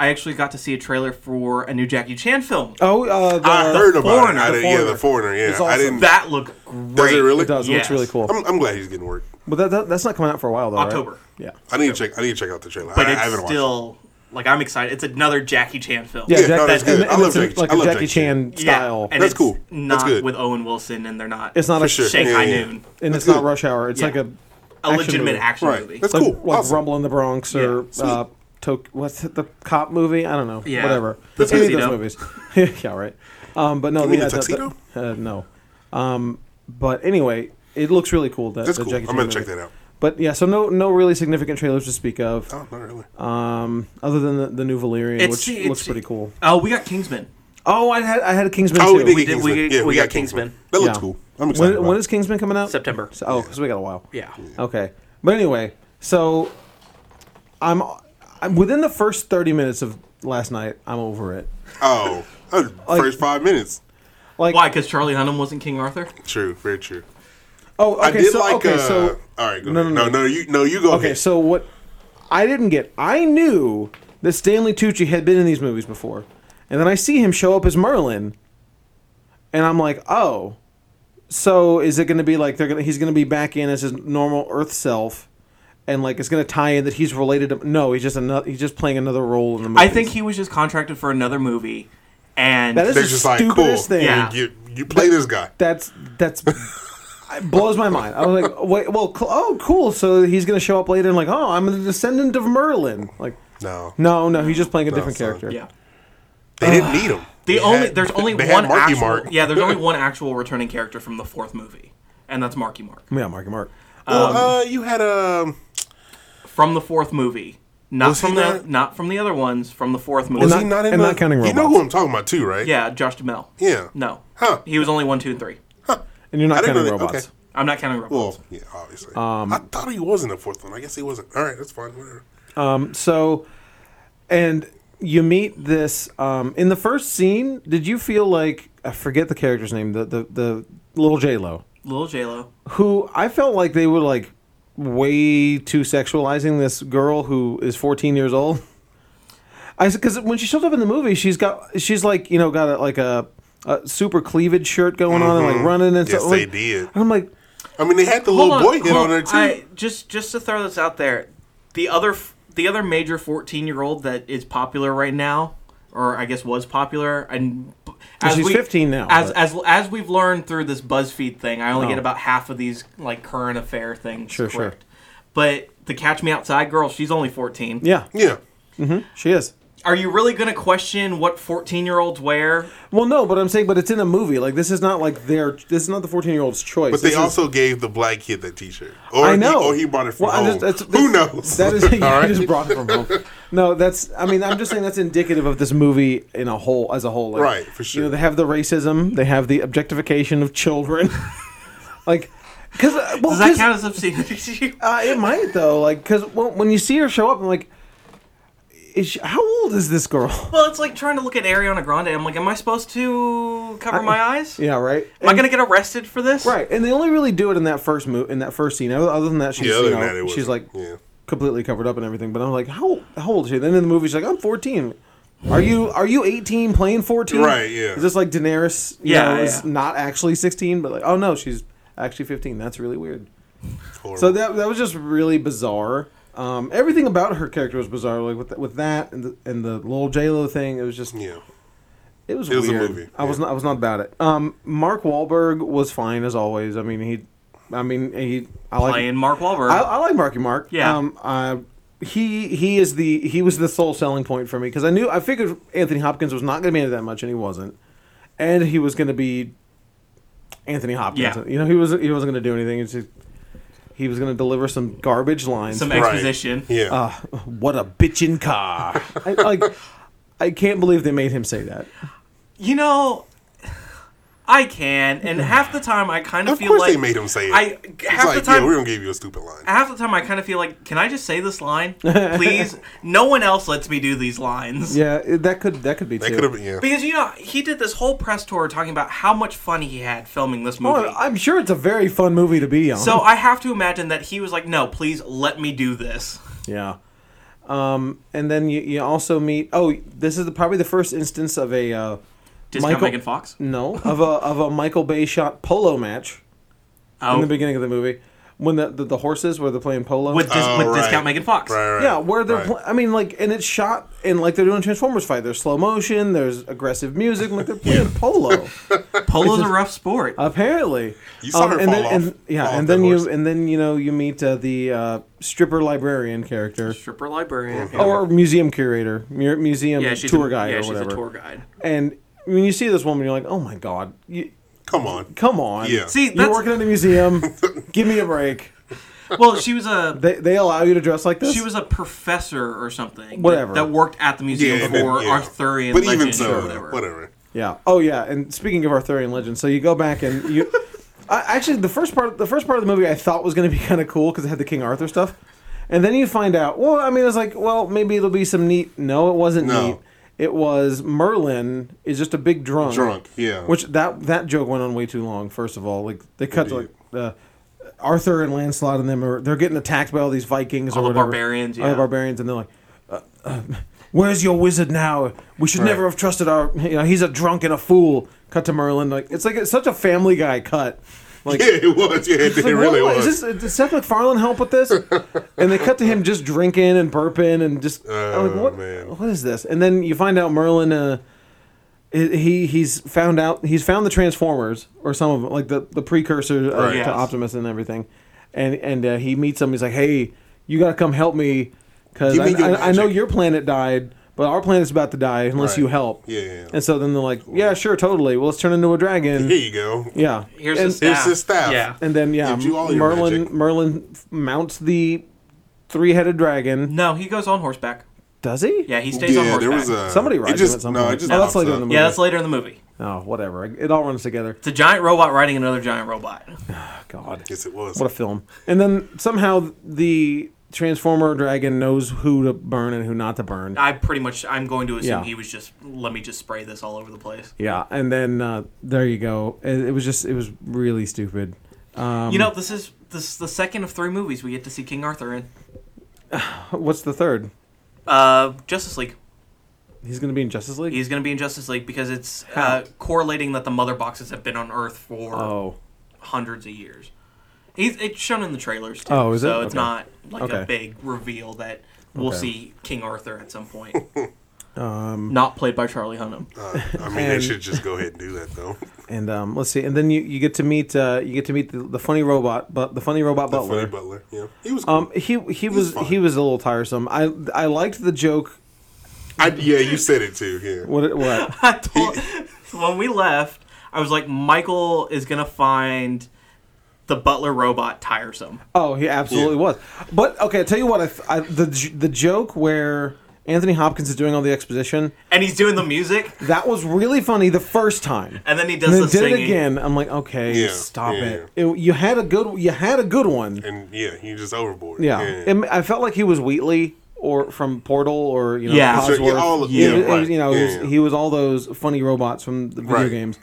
I actually got to see a trailer for a new Jackie Chan film. Oh, uh, the, I heard about Foreigner, it. I the didn't, yeah, the foreigner. Yeah, It's I awesome. didn't. That looked great. does it really? it does. It looks Yes. really cool. I'm, I'm glad he's getting work. But that, that, that's not coming out for a while though. right? October. Yeah. I need to check. I need to check out the trailer. But I, I it's haven't watched. still like I'm excited. It's another Jackie Chan film. Yeah, Yeah, Jack- no, that's and- good. and I love it's a- Jackie- like I a love Jackie Jackie Chan. Chan style. and That's it's cool. That's Not good. with Owen Wilson, and they're not. it's not a for sure. shake, Shanghai Yeah, yeah, yeah. Noon. and it's That's not good. Rush Hour. It's Yeah. like a A legitimate movie. action it. Right. movie. That's like, cool. like awesome. Rumble in the Bronx or Yeah. uh, Tok what's it, the cop movie? I don't know. Yeah. Whatever. The Any of Tuxedo. those movies. yeah, right. Um, but no, mean yeah, that- the that- Tuxedo? uh, no. Um, but anyway, it looks really cool. That That's the cool. Jackie I'm Chan gonna check movie. that out. But yeah, so no, no really significant trailers to speak of, Oh, not really. um, other than the, the new Valerian, It's- which it's- looks pretty cool. Oh, we got Kingsman. Oh, I had I had Kingsman oh, too. we did. We get did- we Kingsman. get- yeah, we we got got Kingsman. Kingsman. That looks Yeah. cool. I'm excited. When, about when it. is Kingsman coming out? September. So, oh, because we got a while. Yeah. Okay, but anyway, so I'm, I'm within the first thirty minutes of last night. I'm over it. Oh, that was first five minutes. Like Why? Because Charlie Hunnam wasn't King Arthur. True. Very true. oh, okay, I did so like. okay, uh, so all right. Go No, no, no, no, no. no, You, no, you go. okay, ahead. so what I didn't get, I knew that Stanley Tucci had been in these movies before, and then I see him show up as Merlin, and I'm like, oh, so is it going to be like they're gonna he's going to be back in as his normal Earth self? And like it's gonna tie in that he's related to no, he's just another he's just playing another role in the movie. I think he was just contracted for another movie, and That is- they're the just like, cool. stupidest thing. Yeah. You, you play this guy. that's that's it blows my mind. I was like, wait, well, cl- oh, cool. So he's gonna show up later and like, oh, I'm the descendant of Merlin. Like, No, no, no, he's just playing a different son. character. yeah. they didn't need him. The They only had- there's only they one had Marky actual, Mark. yeah there's only one actual returning character from the fourth movie, and that's Marky Mark yeah, Marky Mark. Well, uh, you had um, from the fourth movie, not Was he from the not- not from the other ones from the fourth movie. was not- he not in and the, not counting You know robots. who I'm talking about too, right? yeah, Josh Duhamel. Yeah. No, Huh. he was only one, two, and three. And you're I not counting didn't know that- robots. okay. I'm not counting robots. Well, yeah, obviously. I thought he was in the fourth one. I guess he wasn't. All right, that's fine. Whatever. Um, so, and you meet this um, in the first scene. Did you feel like I forget the character's name? The the the little J Lo, Little J Lo. who I felt like they were like way too sexualizing this girl who is 14 years old. I because when she shows up in the movie, she's got she's like you know got a, like a, a super cleavage shirt going on and like running and Mm-hmm. Yes, stuff. they Like- did. And I'm like, I mean, they had the little boy hit on there too. I, just just to throw this out there, the other f- the other major 14 year old that is popular right now, or I guess was popular, and she's 15 now, As, but- as as we've learned through this BuzzFeed thing, I only Oh. get about half of these like current affair things Sure, sure. correct. But the Catch Me Outside girl, she's only 14. yeah, yeah. she is. Are you really going to question what 14 year olds wear? Well, no, but I'm saying, but it's in a movie. Like this is not like their. This is not the 14 year old's choice. But This is- they also gave the black kid that T-shirt. Or I know. He, or he brought it from Well, I just- home. that's- Who that's- knows? That is, All yeah, I right? just brought it from home. No, that's. I mean, I'm just saying that's indicative of this movie in a whole, as a whole. Like, Right, for sure. You know, they have the racism, they have the objectification of children, like, because well, Does that 'cause- count as obscenity to you? uh, it might though, like, because when, when you see her show up, I'm like, is she, how old is this girl? Well, it's like trying to look at Ariana Grande. I'm like, am I supposed to cover my eyes? yeah, right. Am I going to get arrested for this? Right, and they only really do it in that first mo- in that first scene. Other other than that, she's Yeah, other you than know, that, it was. she's like yeah. completely covered up and everything. But I'm like, how, how old is she? Then in the movie, she's like, I'm 14. Are you are you 18 playing 14? Right, yeah. Is this like Daenerys? You Yeah, know, is yeah. not actually 16, but like, oh no, she's actually 15. That's really weird. Horrible. So that that was just really bizarre. Um, everything about her character was bizarre. Like with th- with that and the, and the little J Lo thing, it was just yeah. it was It was a weird. movie, I was yeah. not. I was not about it. Um, Mark Wahlberg was fine as always. I mean, he. I mean, he. I like. Playing Mark Wahlberg. I, I like Marky Mark. Yeah. Um. Uh, he he is the he was the sole selling point for me because I knew I figured Anthony Hopkins was not going to be in it that much and he wasn't, and he was going to be Anthony Hopkins. Yeah. You know he was he wasn't going to do anything. It's just, he was going to deliver some garbage lines. Some Right. exposition. Yeah. uh, what a bitchin' car! I, like I can't believe they made him say that. You know, I can, and half the time I kind of, of feel course like they made him say it. I it's half like, the time yeah, we don't give you a stupid line. half the time I kind of feel like, can I just say this line, please? no one else lets me do these lines. Yeah, it- that could that could be That too. could have been, yeah. Because you know he did this whole press tour talking about how much fun he had filming this movie. Oh, I'm sure it's a very fun movie to be on. so I have to imagine that he was like, "No, please let me do this." Yeah. Um, and then you, you also meet. Oh, this is the, probably the first instance of a uh, Discount Michael- Megan Fox. no of a of a Michael Bay shot polo match in Oh, the beginning of the movie when the the, the horses where they're playing polo. with, dis- Oh, with right. Discount Megan Fox. Right, right. yeah, where they're. right. Pl- I mean, like, and it's shot and like they're doing a Transformers fight. There's slow motion. There's aggressive music. Like they're playing polo. Polo's a rough sport. Apparently, Um, You saw her and fall then, off- And, yeah, fall off and that then you horse. and then you know you meet uh, the uh, stripper librarian character Stripper librarian. or museum curator, mu- museum yeah, she's tour a, guide Yeah, or she's whatever. a tour guide. And when you see this woman, you're like, oh my god, you, Come on. come on. Yeah. See, you're that's- working at a museum. give me a break. Well, she was a They, they allow you to dress like this. She was a professor or something. that- Whatever. That, worked at the museum Yeah, and then- for yeah. Arthurian But legend even so, or whatever. whatever. yeah. Oh yeah. And speaking of Arthurian legend, so you go back and you. I, actually, the first part, the first part of the movie, I thought was going to be kind of cool because it had the King Arthur stuff, and then you find out. Well, I mean, it's like, well, maybe it'll be some neat. No, it wasn't No. neat. It was Merlin is just a big drunk. Drunk, yeah. Which that that joke went on way too long. First of all, like they cut to like Indeed. uh, Arthur and Lancelot and them are they're getting attacked by all these Vikings All or the whatever. barbarians, All the yeah. barbarians, and they're like, uh, uh, "Where's your wizard now? We should never have trusted our. You know, he's a drunk and a fool." Cut to Merlin. Like it's like it's such a Family Guy cut. Like Yeah, it was. Yeah, it, it's it like, really what- what- was. Is this, did Seth MacFarlane help with this? and they cut to him just drinking and burping and just. I'm like, Oh, what, man. what is this? And then you find out Merlin. Uh, he- he he's found out he's found the Transformers or some of them, like the the precursor uh, Right. Yes. to Optimus and everything, and and uh, he meets him. He's like, hey, you gotta come help me because Give I, me your I, I know magic." your planet died, but our planet's about to die unless Right. you help. Yeah, yeah, yeah. And so then they're like, yeah, sure, totally. Well, let's turn into a Here dragon. you go. yeah. Here's and, the staff. Here's his staff. Yeah. and then yeah, Gives you all your Merlin magic. Merlin f- mounts the three-headed dragon. No, he goes on horseback. Does he? Yeah, he stays on yeah, horseback. there was a Somebody it rides just, him at some no, point. It just Oh, that's pops later up. in the yeah, that's later in the movie. Oh, whatever. It all runs together. Oh, It's a giant robot riding another giant robot. God. Yes, it was. What a film. And then somehow the Transformer dragon knows who to burn and who not to burn. I pretty much, I'm going to assume Yeah. he was just, let me just spray this all over the place. Yeah, and then uh, there you go. It, it was just it was really stupid. Um, you know, this is this is the second of three movies we get to see King Arthur in. what's the third? Uh, Justice League. He's going to be in Justice League. He's going to be in Justice League because it's uh, correlating that the mother boxes have been on Earth for oh, hundreds of years. He's, it's shown in the trailers too. Oh, is it? So it's Okay. not like Okay. a big reveal that we'll Okay. see King Arthur at some point. um, not played by Charlie Hunnam. Uh, I mean, they should just go ahead and do that though. and um, let's see. And then you, you get to meet uh, you get to meet the, the funny robot, but the funny robot The butler. funny Butler. Yeah, he was. Cool. Um, he he was fine. he was a little tiresome. I I liked the joke I, yeah, you said it too. Yeah. What? What? I told, when we left, I was like, Michael is gonna find the butler robot tiresome. Oh, he absolutely was. But okay, I tell you what. I, th- I the j- the joke where Anthony Hopkins is doing all the exposition And he's doing the music, that was really funny the first time. and then he does And the then did singing. it again. I'm like, okay, Yeah, stop yeah, it. It- You had a good. You had a good one. And yeah, you just overboard. Yeah. yeah. It- I felt like he was Wheatley or from Portal or you know Yeah. Cosworth. Sure, yeah, all of- It was- yeah, it was- right. you know, it Yeah, was- yeah. he was all those funny robots from the video Right. games.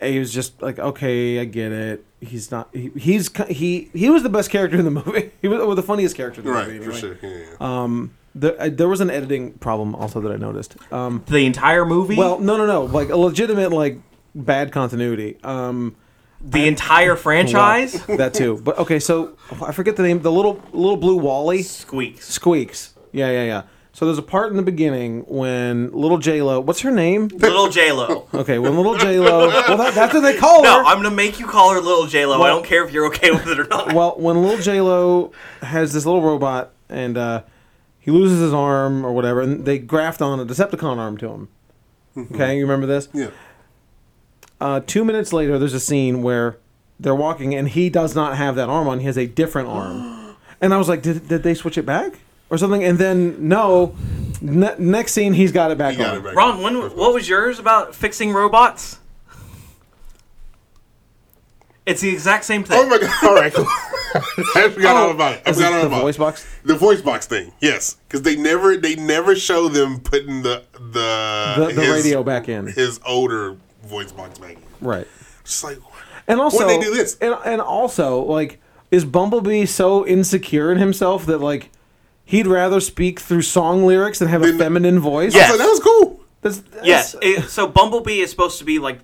And he was just like, okay, I get it. He's not. He, he's ki- he he was the best character in the movie. He was or the funniest character in the Right, movie. for anyway. sure. Yeah. Um, there, uh, there was an editing problem also that I noticed. Um, The entire movie, well, no, no, no, like a legitimate like bad continuity. Um, the entire franchise, that too. But okay, so I forget the name. The little little blue Wally. squeaks. Squeaks. Yeah, yeah, yeah. So there's a part in the beginning when little J Lo. What's her name? Little J Lo. Okay, when little J Lo. Well, that, that's what they call No, her. I'm gonna make you call her Little J Lo. I don't care if you're okay with it or not. well, when little J Lo has this little robot and uh, he loses his arm or whatever, and they graft on a Decepticon arm to him. Okay, you remember this? Mm-hmm. yeah. Uh, two minutes later, there's a scene where they're walking and he does not have that arm on. He has a different arm. and I was like, did, did they switch it back or something? And then no. Ne- next scene, he's got it back He got on. it back. Ron, when what was yours about fixing robots? It's the exact same thing. Oh my god! All right, cool. I forgot all about it. I Oh, Is forgot it all the about voice it. box? The voice box thing, yes, because they never they never show them putting the the the, the radio back in. his older voice box back. in. Right. Just like And also, they do this? And, and also, like, is Bumblebee so insecure in himself that, like, he'd rather speak through song lyrics than have a Then- feminine voice? Yes. so that was cool. That's, that's- Yes. it- so Bumblebee is supposed to be like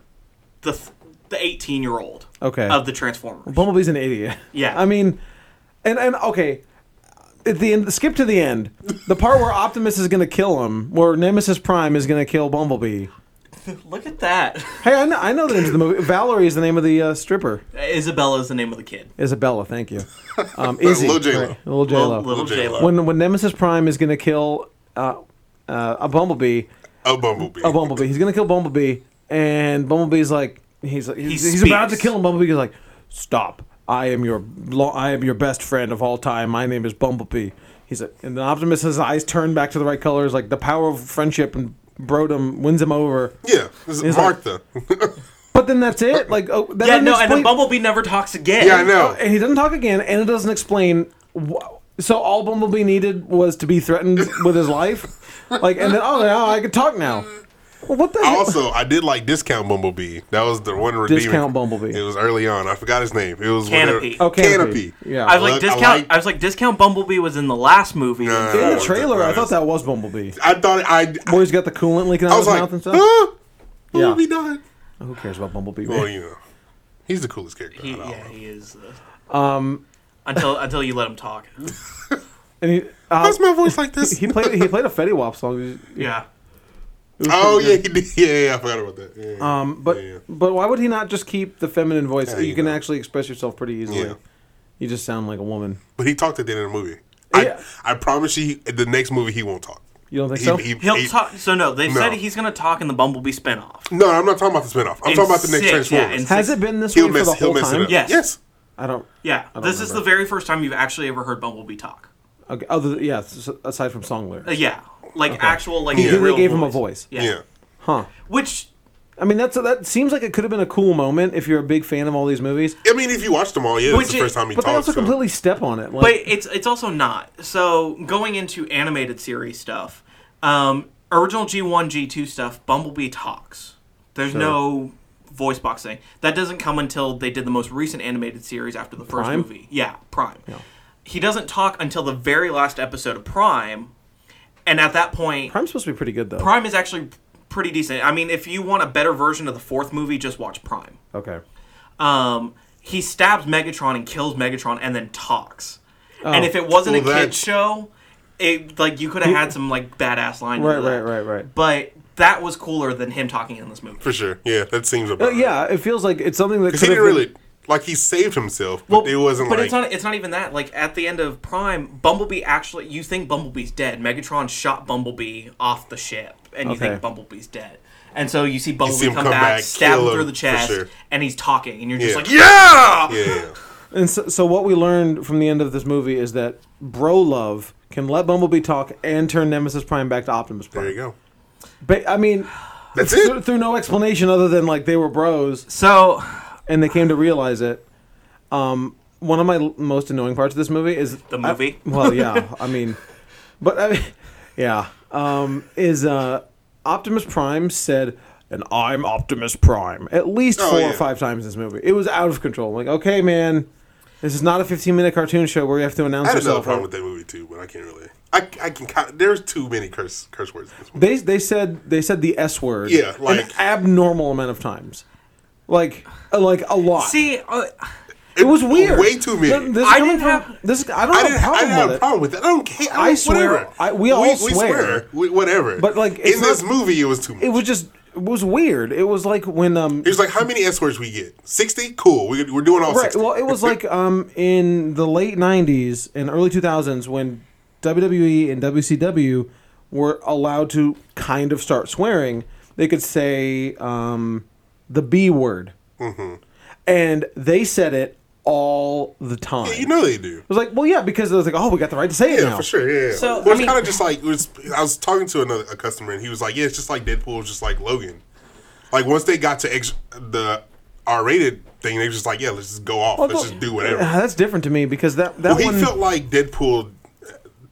the th- the eighteen year old Okay. of the Transformers. Bumblebee's an idiot. Yeah. I mean, and, and okay. At the end, skip to the end. The part where Optimus is going to kill him, where Nemesis Prime is going to kill Bumblebee. Look at that. Hey, I know, I know the name of the movie. Valerie is the name of the uh, stripper. Isabella is the name of the kid. Isabella, thank you. Um, Izzy, Lil J-Lo. right, Lil J Little, Lo. little J J Lo. Lo. when when Nemesis Prime is gonna kill uh, uh, a bumblebee, A bumblebee. a bumblebee, he's gonna kill Bumblebee, and Bumblebee's like he's like he's, he's about to speaks. kill him. Bumblebee's like, stop! I am your lo- I am your best friend of all time. My name is Bumblebee. He's like, and then Optimus's eyes turn back to the right colors, like the power of friendship and Brodom wins him over. Yeah, this is like- Martha. But then that's it. Like oh, that Yeah, doesn't no, and then explain- Bumblebee never talks again. yeah, I know. Oh, and he doesn't talk again, and it doesn't explain. Wh- so all Bumblebee needed was to be threatened with his life, like, and then oh, now I can talk now. Well, what the hell? Also, I did like Discount Bumblebee. That was the one redeeming. Discount Bumblebee. It was early on. I forgot his name. It was Canopy. Whatever, Oh, Canopy. Canopy. Yeah. I was like Look, discount. I, like- was like discount. Bumblebee was in the last movie. Nah. in the Oh, trailer, I that's- thought that was Bumblebee. I thought I. Where he's got the coolant leaking out I of his was like, mouth and stuff. huh? Yeah. Bumblebee died. Who cares about Bumblebee? man? Well, you know, he's the coolest character. He, out of all of yeah, them. he is. Uh, Um, until until you let him talk. And he, uh, How's my voice like this? he played he played a Fetty Wap song. Yeah. oh yeah, he did. Yeah, yeah, I forgot about that. Yeah, yeah. Um, but Yeah. but why would he not just keep the feminine voice? Yeah, you you can know. actually express yourself pretty easily. Yeah. You just sound like a woman. but he talked at the end of the movie. Yeah. I, I promise you, he- the next movie he won't talk. You don't think He- so? he- He'll he- talk. So no, they No. said he's gonna talk in the Bumblebee spinoff. No, I'm not talking about the spinoff. I'm In talking about the next six, yeah, Transformers. in Has it been this he'll way for mess. the He'll whole mess time? it up. Yes. Yes. I don't. Yeah, don't this is the remember. very first time you've actually ever heard Bumblebee talk. Okay, other yeah, s- aside from song lyrics. Uh, yeah, like actual like. He- real they gave him a voice. Yeah. yeah. Huh. which I mean, that's that seems like it could have been a cool moment if you're a big fan of all these movies. I mean, if you watch them all, yeah, Which it's the is- first time he But they talks. also so- completely step on it. but Like, it's it's also not. So going into animated series stuff, um, original G one G two stuff, Bumblebee talks. There's no voice box thing. That doesn't come until they did the most recent animated series after the first Prime? movie. Yeah, Prime. He doesn't talk until the very last episode of Prime, and at that point, Prime's supposed to be pretty good though. Prime is actually pretty decent. I mean, if you want a better version of the fourth movie, just watch Prime. okay. Um, he stabs Megatron and kills Megatron and then talks. Oh. And if it wasn't Well, a that's- kids show, it like you could have had some like badass line. Right, right, right, right. But that was cooler than him talking in this movie. for sure. Yeah, that seems about. But yeah, it feels like it's something that he Uh, could didn't have really. Like he saved himself, but it wasn't But like it's not. It's not even that. Like at the end of Prime, Bumblebee actually. You think Bumblebee's dead? Megatron shot Bumblebee off the ship, and you Okay. think Bumblebee's dead. And so you see Bumblebee him come, come back, back, stab kill him him, through the for chest, sure. and he's talking, and you're just Yeah. like, yeah. yeah, yeah. And so, so what we learned from the end of this movie is that bro love can let Bumblebee talk and turn Nemesis Prime back to Optimus Prime. There you go. Ba- I mean, That's through, it. through no explanation other than like they were bros So and they came to realize it. Um, one of my l- most annoying parts of this movie is The movie? I- well, yeah, I mean, but I mean, yeah, um, is uh, Optimus Prime said, "And I'm Optimus Prime" at least Oh, four yeah. or five times in this movie. It was out of control. Like, okay, man, this is not a 15 minute cartoon show where you have to announce I had another yourself. problem with that movie too, but I can't really. I, I can. kind- There's too many curse curse words. In this one. They they said they said the S word. Yeah, an like- abnormal amount of times. Like, uh, like a lot. see, uh, It was weird. Way too many. Th- This is I coming didn't from- have- this. I don't have I a didn't, I problem didn't have with a it. problem with that. I don't care. I, I don't- swear. Whatever. I- we all swear. We- whatever. But, like, it's in this not- movie, it was too much. It was just. It was weird. It was like when um. It was like, how many S words we get? 60? Cool. We, we're doing all Right. 60. Well, it was like um in the late '90s and early 2000s when WWE and WCW were allowed to kind of start swearing. They could say um the B word, Mm-hmm. and they said it all the time. you know they do. it was like, well, yeah, because it was like, oh, we got the right to say it Yeah, now. for sure. Yeah. yeah. So, Well, it's I mean- kind of just like, it was, I was talking to another a customer, and he was like, yeah, it's just like Deadpool, just like Logan. Like, once they got to ex- the R rated thing, they were just like, yeah, let's just go off. let's Although- just do whatever. Uh, that's different to me because that that Well, he one felt like Deadpool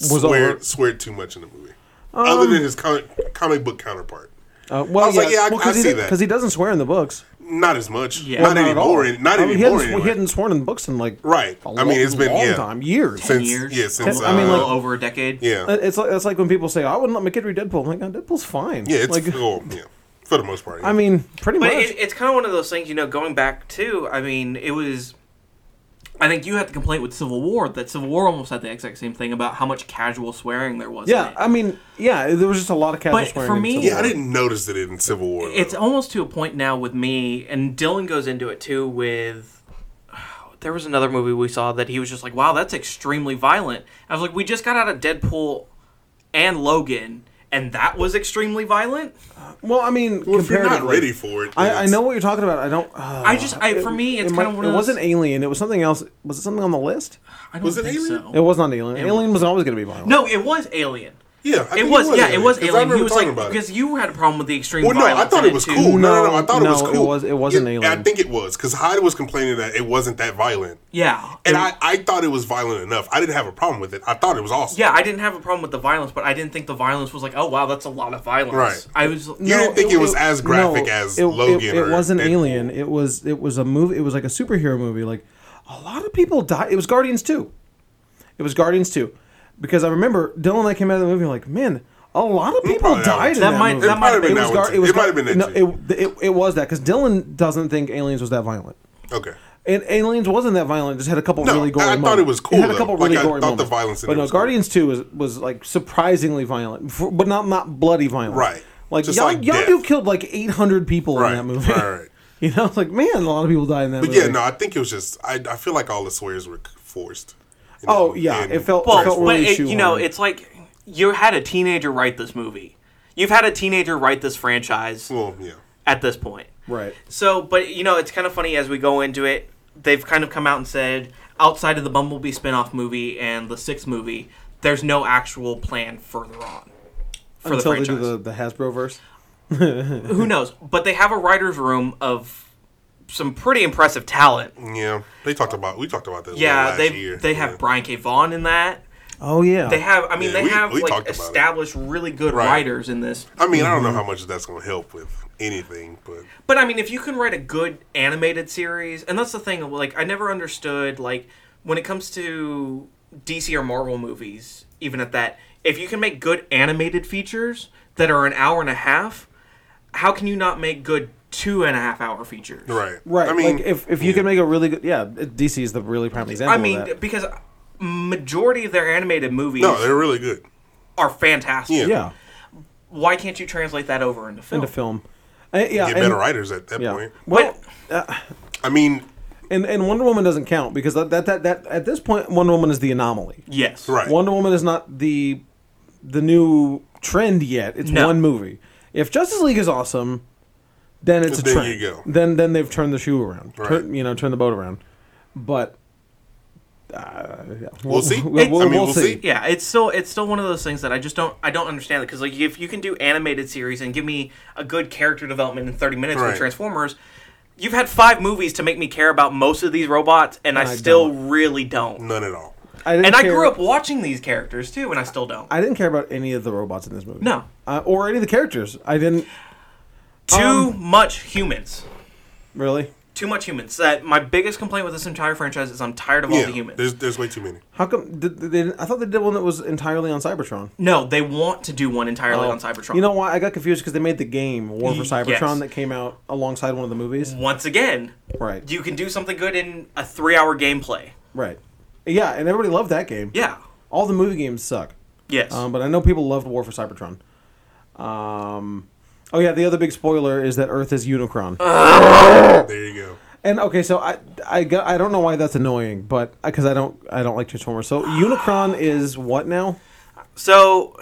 Was Um, swear, over. sweared too much in the movie, other than his comic, comic book counterpart. Uh, well, I was like, yeah, I- I he see did- that. he doesn't swear in the books. Not as much. Yeah. Not, Not at all. anymore. Not I mean, he hadn't, anymore. sw- anyway. he hadn't sworn in the books in like Right. I I mean, it's been, long yeah. time, years. Since- years. yeah, since, uh, I mean, a like- little over a decade. Yeah. Uh, It's like that's like when people say, "I wouldn't let my kid read Deadpool." I'm like, no, Deadpool's fine. Yeah, it's like well, yeah, for the most part. yeah. I mean, pretty But much. it, it's kind of one of those things, you know. Going back to, I mean, it was. I think you had the complaint with Civil War that Civil War almost had the exact same thing about how much casual swearing there was. in yeah, it. I mean, yeah, there was just a lot of casual But swearing. for in me- Civil yeah, I War. didn't notice it in Civil War. it's though. almost to a point now with me, and Dylan goes into it too. With there was another movie we saw that he was just like, "Wow, that's extremely violent." I was like, "We just got out of Deadpool and Logan, and that was extremely violent." Well, I mean, if you're not comparatively, ready for it, then I, I it's- know what you're talking about. I don't. Uh, I just, I for me, it's it, kind might- of one it of those. wasn't Alien. It was something else. Was it something on the list? I don't Was it think Alien? so. It was not Alien. Alien was always going to be violent. No, it was Alien. yeah, I think It was, yeah, Alien, it was 'cause I Alien. He remember was talking like, about it. because you had a problem with the extreme Well, no, I violence thought in it was too. cool. No, no, no, I thought it was no, cool. it was- it wasn't Yeah, Alien. I think it was because Hyde was complaining that it wasn't that violent, Yeah, and I, I thought it was violent enough. I didn't have a problem with it. I thought it was awesome. yeah, I didn't have a problem with the violence, but I didn't think the violence was like, oh wow, that's a lot of violence. Right. I was. You didn't think it, was as graphic no, as it, it- Logan. It, or wasn't Deadpool. Alien. It was it was a movie. It was like a superhero movie. Like a lot of people died. It was Guardians two. It was Guardians two, because I remember Dylan and I came out of the movie like, man, a lot of people probably that died. one. in That that might- movie. that It might have It been was that Gar- one. too. It might have been that. no, too. it, it, it was that because Dylan doesn't think Aliens was that violent. Okay. And Aliens wasn't that violent. It just had a couple No, really gory. I- I thought moments. it was cool, had a though. couple Like, really I gory thought the moments. violence in but it no, was cool. Guardians Two was was like surprisingly violent, for, but not not bloody violent. Right. Like Just y'all, like y'all death. do killed like eight hundred people Right. in that movie. Right, right. You know, it's like man, a lot of people died in that But movie. yeah, no, I think it was just. I, I feel like all the swears were forced. in Oh that- yeah, in it felt it Well, felt but really it, you know, shoehorned. it's like you had a teenager write this movie. You've had a teenager write this franchise Well, yeah. at this point. right. So, but you know, it's kind of funny as we go into it. They've kind of come out and said, outside of the Bumblebee spin-off movie and the sixth movie, there's no actual plan further on for Until the they do franchise. the the Hasbro verse. Who knows? But they have a writers' room of some pretty impressive talent. Yeah, they talked about we talked about this. Yeah, last they year. they have Yeah. Brian K. Vaughan in that. Oh yeah, They have, I mean, Yeah, they we- have we talked like about it. established really good Right. writers in this. I mean, I don't know Mm-hmm. how much that's going to help with anything, but But I mean, if you can write a good animated series, and that's the thing, like I never understood like when it comes to DC or Marvel movies, even at that, if you can make good animated features that are an hour and a half, how can you not make good two and a half hour features? right, right. I mean, like if if you yeah. can make a really good yeah, DC is the really prime example. I of mean, that. because majority of their animated movies no, they're really good. are fantastic. Yeah. yeah, Why can't you translate that over into film? into film. Uh, yeah, Get and- better writers at that Yeah. point. Well, But- I mean, and and Wonder Woman doesn't count because that that that, that at this point Wonder Woman is the anomaly. Yes. Right. Wonder Woman is not the the new trend yet. It's No. one movie. If Justice League is awesome, then it's a Then trend. you go. Then then they've turned the shoe around. Right. Turn, you know, turn the boat around. But uh, yeah. We'll see. We'll, It- we'll- I mean, we'll we'll see. see. Yeah, it's still it's still one of those things that I just don't I don't understand because like if you can do animated series and give me a good character development in thirty minutes Right. with Transformers, you've had five movies to make me care about most of these robots, and I, I still really don't. None at all. I didn't And I care- grew up watching these characters too, and I still don't. I didn't care about any of the robots in this movie. No. Uh, or any of the characters. I didn't Too much humans. really. Too much humans. That my biggest complaint with this entire franchise is I'm tired of all the Yeah, humans. there's there's way too many. How come did, did they? didn't- I thought they did one that was entirely on Cybertron. No, they want to do one entirely on Cybertron. Oh, You know why? I got confused because they made the game War for Yes. Cybertron that came out alongside one of the movies. once again, Right. you can do something good in a three-hour gameplay. Right. Yeah, and everybody loved that game. Yeah. All the movie games suck. Yes. Um, but I know people loved War for Cybertron. Um, oh yeah, the other big spoiler is that Earth is Unicron. Oh. There you go. And okay, so I I got, I don't know why that's annoying, but because I don't I don't like Transformers. So Unicron is what now? so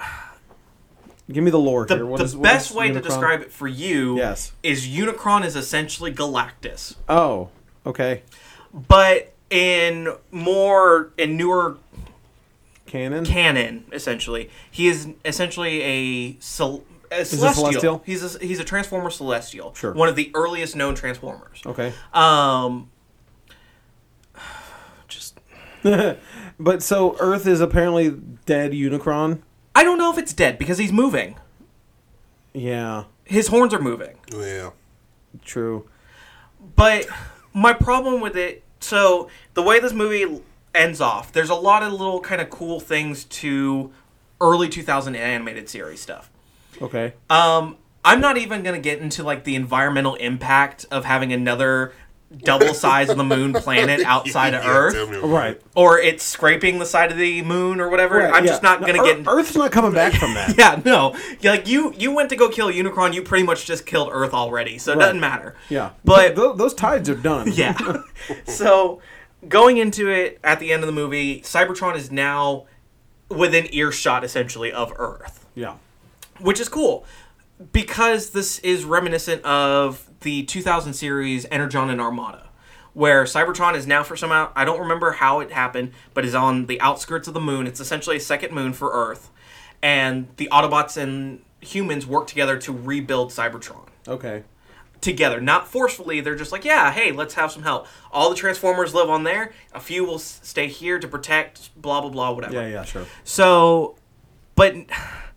Give me the lore the, here. What the is- what best is way to Unicron? describe it for you Yes. is Unicron is essentially Galactus, Oh, okay. but in more in newer Canon. canon. Essentially, he is essentially a, cel- a celestial. celestial? He's a, he's a Transformer Celestial. Sure. One of the earliest known Transformers. okay. Um. Just But so Earth is apparently dead Unicron. I don't know if it's dead because he's moving. Yeah, His horns are moving. Yeah. true. But my problem with it, so the way this movie ends off, there's a lot of little kind of cool things to early 2000 animated series stuff. Okay. Um, I'm not even gonna get into like the environmental impact of having another double size of the moon planet outside of Yeah, tell Earth, me about right. it. or it's scraping the side of the moon or whatever. Right, I'm yeah. just not No, gonna Ear- get. in- Earth's not coming back from that. yeah, no. Yeah, like you, you went to go kill Unicron. You pretty much just killed Earth already, so it doesn't matter. Yeah. but Th- those tides are done. Yeah. so going into it at the end of the movie, Cybertron is now within earshot essentially of Earth, Yeah. which is cool because this is reminiscent of the 2000 series Energon and Armada. Where Cybertron is now for some out, I don't remember how it happened, but is on the outskirts of the moon. It's essentially a second moon for Earth, and the Autobots and humans work together to rebuild Cybertron Okay. together, not forcefully. They're just like, yeah, hey, let's have some help. All the Transformers live on there. A few will s- stay here to protect, blah blah blah, whatever. Yeah. Yeah. Sure. So, but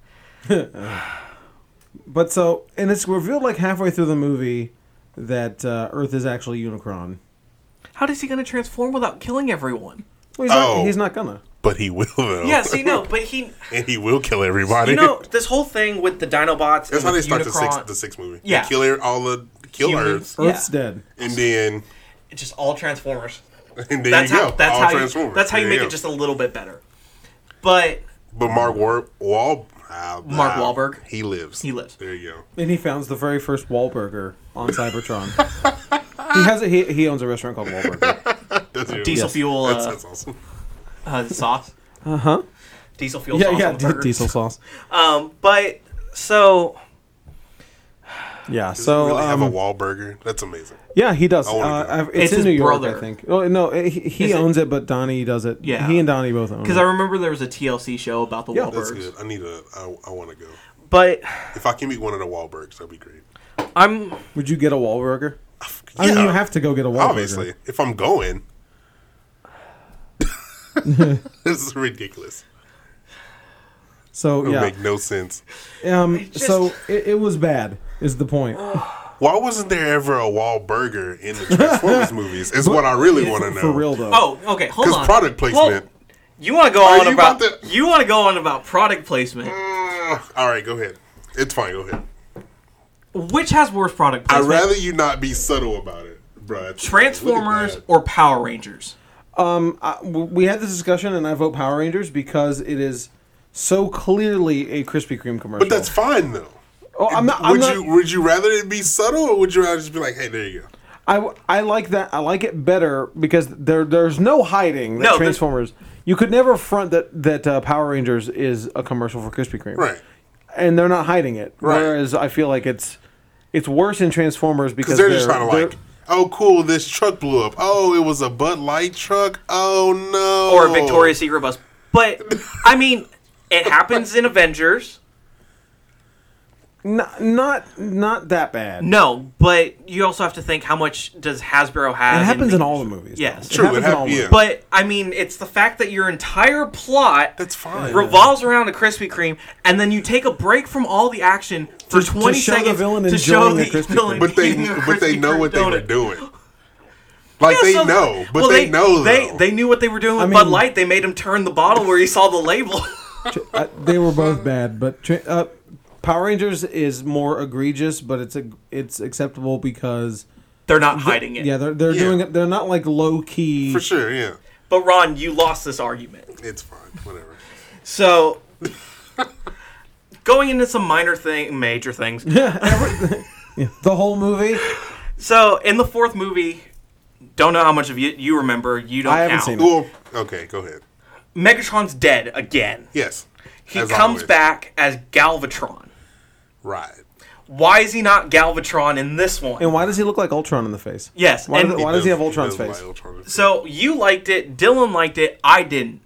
But so, and it's revealed like halfway through the movie that uh, Earth is actually Unicron. how is he gonna transform without killing everyone? Well, he's, not, Oh. he's not gonna. But he will though. Yeah, see, no, but he, and he will kill everybody. you know, this whole thing with the Dinobots. That's and how they with start the sixth, Unicron, the sixth movie. Yeah. They kill all the kill humans, Earth, yeah, Earth's dead. and then it's just all Transformers. and there That's you how. go. That's all how. You, Transformers. that's how you There make go. it just a little bit better. But But Mark War, Wall, uh, Mark uh, Wahlberg. he lives. He lives. There you go. And he founds the very first Wahlburger on Cybertron. he has a, he, he owns a restaurant called Wahlburger. That's it. diesel Yes. fuel That's, uh, that's awesome. uh, sauce. Uh Uh-huh. Diesel fuel yeah, sauce. yeah, on the d- burger. diesel sauce. Um, but so Yeah, So so really have a um, Wahlburger. That's amazing. yeah, he does. wanna Uh, go. I've- it's, It's in his New York, brother. I think. Oh no, he, he Is it- owns it? but Donnie does it. Yeah. he and Donnie both own it. Because I remember there was a TLC show about the Yeah, Mm-hmm. That's Wahlbergs. good. I need a. I, I want to go. But If I can meet one of the Wahlbergs, that'd be great. I'm Would you get a Wahlburger? I Yeah, mean, you have to go get a Wahlburger. obviously. If I'm going, this is ridiculous. So It would yeah, make no sense. um, just- so it, it was bad. Is the point? Why wasn't there ever a Wahlburger in the Transformers movies? Is what I really want to know. For real though. oh okay. Hold 'Cause on. product placement. Well, you want to go Are on you about, about to- you want to go on about product placement. Mm, all right, go ahead. It's fine. Go ahead. Which has worse product I'd placement? rather you not be subtle about it, bro. Transformers or Power Rangers? Oh. Um, I- w- we had this discussion, and I vote Power Rangers because it is so clearly a Krispy Kreme commercial. But that's fine though. oh, I'm not. I'm would not you would you rather it be subtle or would you rather just be like, hey, there you go? I, w- I like that. I like it better because there there's no hiding that No, there's- Transformers. You could never front that that uh, Power Rangers is a commercial for Krispy Kreme, Right. And they're not hiding it. Right. Whereas I feel like it's it's worse in Transformers because Because they're, just trying to they're- like, oh, cool, this truck blew up. Oh, it was a Bud Light truck. Oh no. or a Victoria's Secret bus. But I mean, it happens in Avengers. n- not not that bad. No, but you also have to think how much does Hasbro have? it happens in the- all the movies. Yes. though. True, it happens in hap- all the yeah. movies. But I mean, it's the fact that your entire plot That's fine. revolves around a Krispy Kreme, and then you take a break from all the action for To- to twenty show the seconds villain to show enjoying the the Krispy villain Kreme. but they eating a but they Krispy know Kreme what they were donut. doing. Like Yeah, they so- know, but well, they, know they though. they knew what they were doing with I Bud mean- Light. They made him turn the bottle where he saw the label. Uh, they were both bad, but tra- uh, Power Rangers is more egregious, but it's a, it's acceptable because They're not hiding it. yeah, they're they're Yeah. doing it. They're not like low key. for sure. Yeah, But Ron, you lost this argument. it's fine. Whatever. So, going into some minor thing, major things. The whole movie, So, in the fourth movie, don't know how much of you you remember. You don't. I haven't count. seen it. Well, okay, go ahead. Megatron's dead again. Yes, He as comes always. back as Galvatron. Right. Why is he not Galvatron in this one? and why does he look like Ultron in the face? yes, Why, and does, why does he have does- Ultron's does face? like Ultron's face. so you liked it, Dylan liked it, I didn't.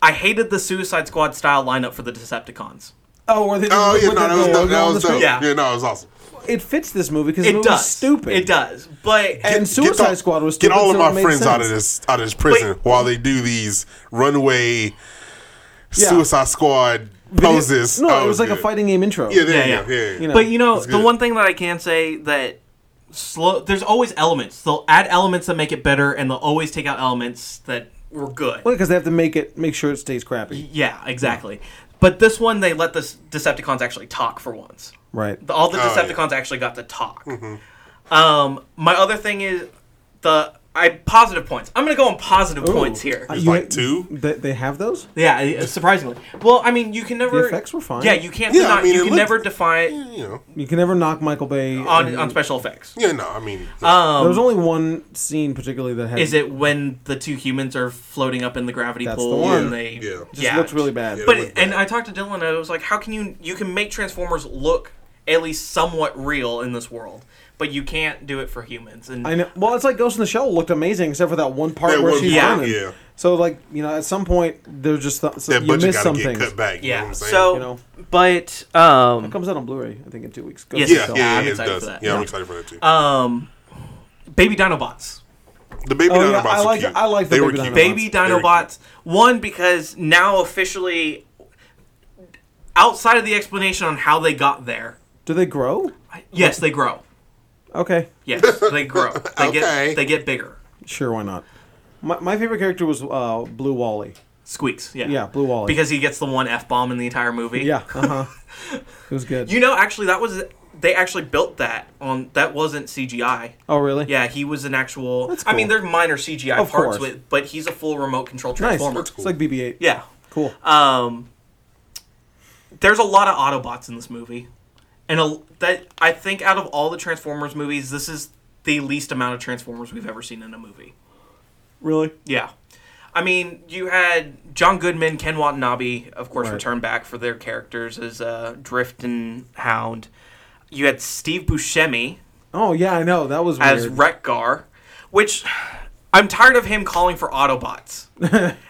I hated the Suicide Squad style lineup for the Decepticons. Oh, were they, Oh with yeah, the- no, that was the dope. logo That on was the dope. screen? Yeah, Yeah. no, it was awesome. It fits this movie because the It movie's does. stupid. It does. But And Suicide all- Squad was get stupid, all of so it my made friends out of sense. this out of this prison Wait. while they do these runway Suicide Squad Video- poses. No, Oh, it was like a good. fighting game intro. Yeah, there Yeah, you go. yeah. Yeah, yeah. You know. But you know, the good. one thing that I can say that slow there's always elements. They'll add elements that make it better and they'll always take out elements that were good. because they have to make it make sure it stays crappy. Yeah, exactly. But this one they let the s- Decepticons actually talk for once. Right. The- all the Oh, yeah. Mm-hmm. Decepticons actually got to talk. Um, my other thing is the I positive points. I'm gonna go on positive points here. Uh, There's you- like two? They, they have those. yeah, I- uh, surprisingly. Well, I mean, you can never. effects were fine. Yeah, you can't. Yeah, I deny, mean, you it can looked- never define You know. You can never knock Michael Bay on um, and- on special effects. Yeah, no, I mean, Um, there was only one scene particularly that had Is it when the two humans are floating up in the gravity That's the pool one. and they Yeah. just looks really bad. Yeah. But looked and bad. I talked to Dylan and I was like, how can you you can make Transformers look at least somewhat real in this world, but you can't do it for humans. And I know. Well, it's like Ghost in the Shell looked amazing except for that one part That where one she's part, running. yeah. So like you know, at some point there's just th- so that you budget miss got some to get things. cut back. You know yeah, what I'm saying? so You know? but um Comes out on Blu-ray, I think, in two weeks. Ghost Yes. in the yeah, Shell. yeah, yeah, I'm it excited for does. that. Yeah, Yeah. I'm excited for that too. um baby Dinobots. the baby oh, yeah, Dinobots I were like- cute. I like the they were Baby cute. Dinobots. Baby They were cute. Dinobots. One because now officially outside of the explanation on how they got there. Do they grow? Yes, they grow. Okay, Yes, they grow. They Okay. get they get bigger. sure, why not? My, my favorite character was uh, Blue Wally. Squeaks, yeah. Yeah, Blue Wally. Because he gets the one F bomb in the entire movie. yeah, uh huh. it was good. You know, actually, that was they actually built that on that wasn't CGI. oh really? Yeah, he was an actual. I cool. mean, there's minor CGI Of parts course. with, but he's a full remote control nice. transformer. It's like BB-8. Yeah. cool. Um. There's a lot of Autobots in this movie, and a, that I think out of all the Transformers movies, this is the least amount of Transformers we've ever seen in a movie. really? Yeah. I mean, you had John Goodman, Ken Watanabe, of course, Right. return back for their characters as uh, Drift and Hound. You had Steve Buscemi Oh yeah, I know. That was weird. as Retgar, which I'm tired of him calling for Autobots.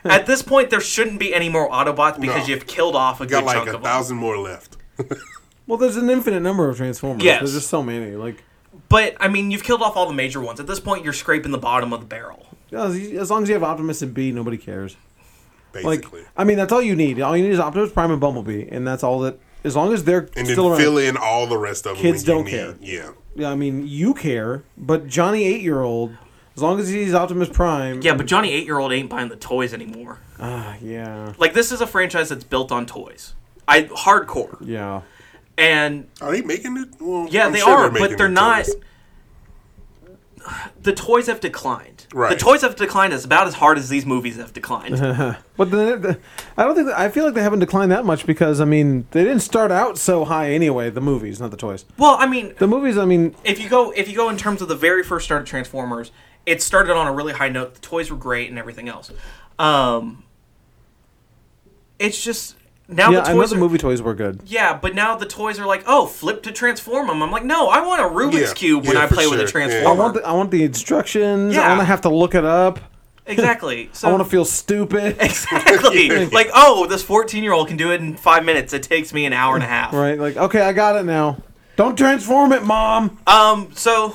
At this point, there shouldn't be any more Autobots because No. you've killed off a Got good like chunk a of them. thousand more left. Well, there's an infinite number of Transformers. Yes. There's just so many. Like, But I mean, you've killed off all the major ones. At this point, you're scraping the bottom of the barrel. as as long as you have Optimus and B, nobody cares. Like, Basically. I mean, that's all you need. All you need is Optimus Prime and Bumblebee, and that's all that. As long as they're and then still around, fill in all the rest of them. Kids when you don't need- Yeah. I mean, you care, but Johnny eight year old, as long as he's Optimus Prime, Yeah, but Johnny eight year old ain't buying the toys anymore. ah, yeah, Like this is a franchise that's built on toys. I hardcore. yeah, And Are they making it? Well, yeah, I'm they sure are, making but they're it not. toys. the toys have declined. The Right. toys have declined as about as hard as these movies have declined. But then, the- I don't think I feel like they haven't declined that much because I mean they didn't start out so high anyway. The movies, not the toys. well, I mean, The movies, I mean, if you go if you go in terms of the very first start of Transformers, it started on a really high note. The toys were great and everything else. Um, it's just now yeah, the I know toys the are, movie toys were good. Yeah, but now the toys are like, oh, flip to transform them. I'm like, no, I want a Rubik's Yeah. cube when Yeah, I for play with a sure. Yeah. transformer. I want the, I want the instructions. I Yeah. want to have to look it up. exactly. So I want to feel stupid. exactly like, oh, this 14 year old can do it in five minutes. It takes me an hour and a half. right? Like, okay, I got it now. Don't transform it, mom. Um. So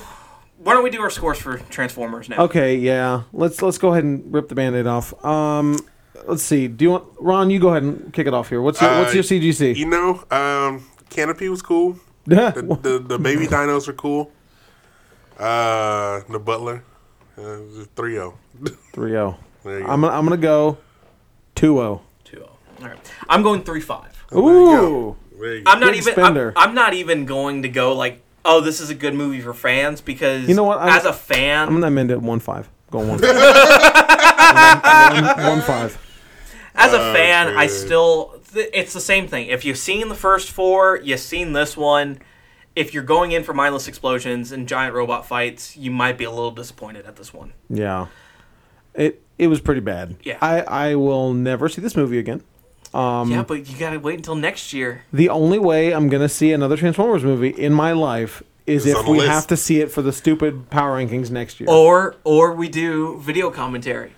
why don't we do our scores for Transformers now? Okay, yeah. Let's let's go ahead and rip the band-aid off. Um let's see. Do you want Ron, you go ahead and kick it off here. What's your what's Uh, your CGC? You know, um, Canopy was cool. The, oh. the, the baby dinos were cool. Uh, the butler. Uh, 3 0. 3-0. There you go. I'm gonna, I'm going to go oh. 2-0. Two. oh. All right. I'm going three five. Ooh. There Oh, you go. I'm not Big even. spender. I'm, I'm not even going to go like, oh, this is a good movie for fans because You know what? I'm- as a fan, I'm going to amend it 1-5. Go 1-5. One- one- one five. as a fan, I Okay. still th- it's the same thing. If you've seen the first four, you've seen this one. If you're going in for mindless explosions and giant robot fights, you might be a little disappointed at this one. Yeah. It it was pretty bad. Yeah. I I will never see this movie again. Um, yeah, but you gotta wait until next year. the only way I'm gonna see another Transformers movie in my life is It's if on the we list. Oh. have to see it for the stupid power rankings next year. Or or we do video commentary.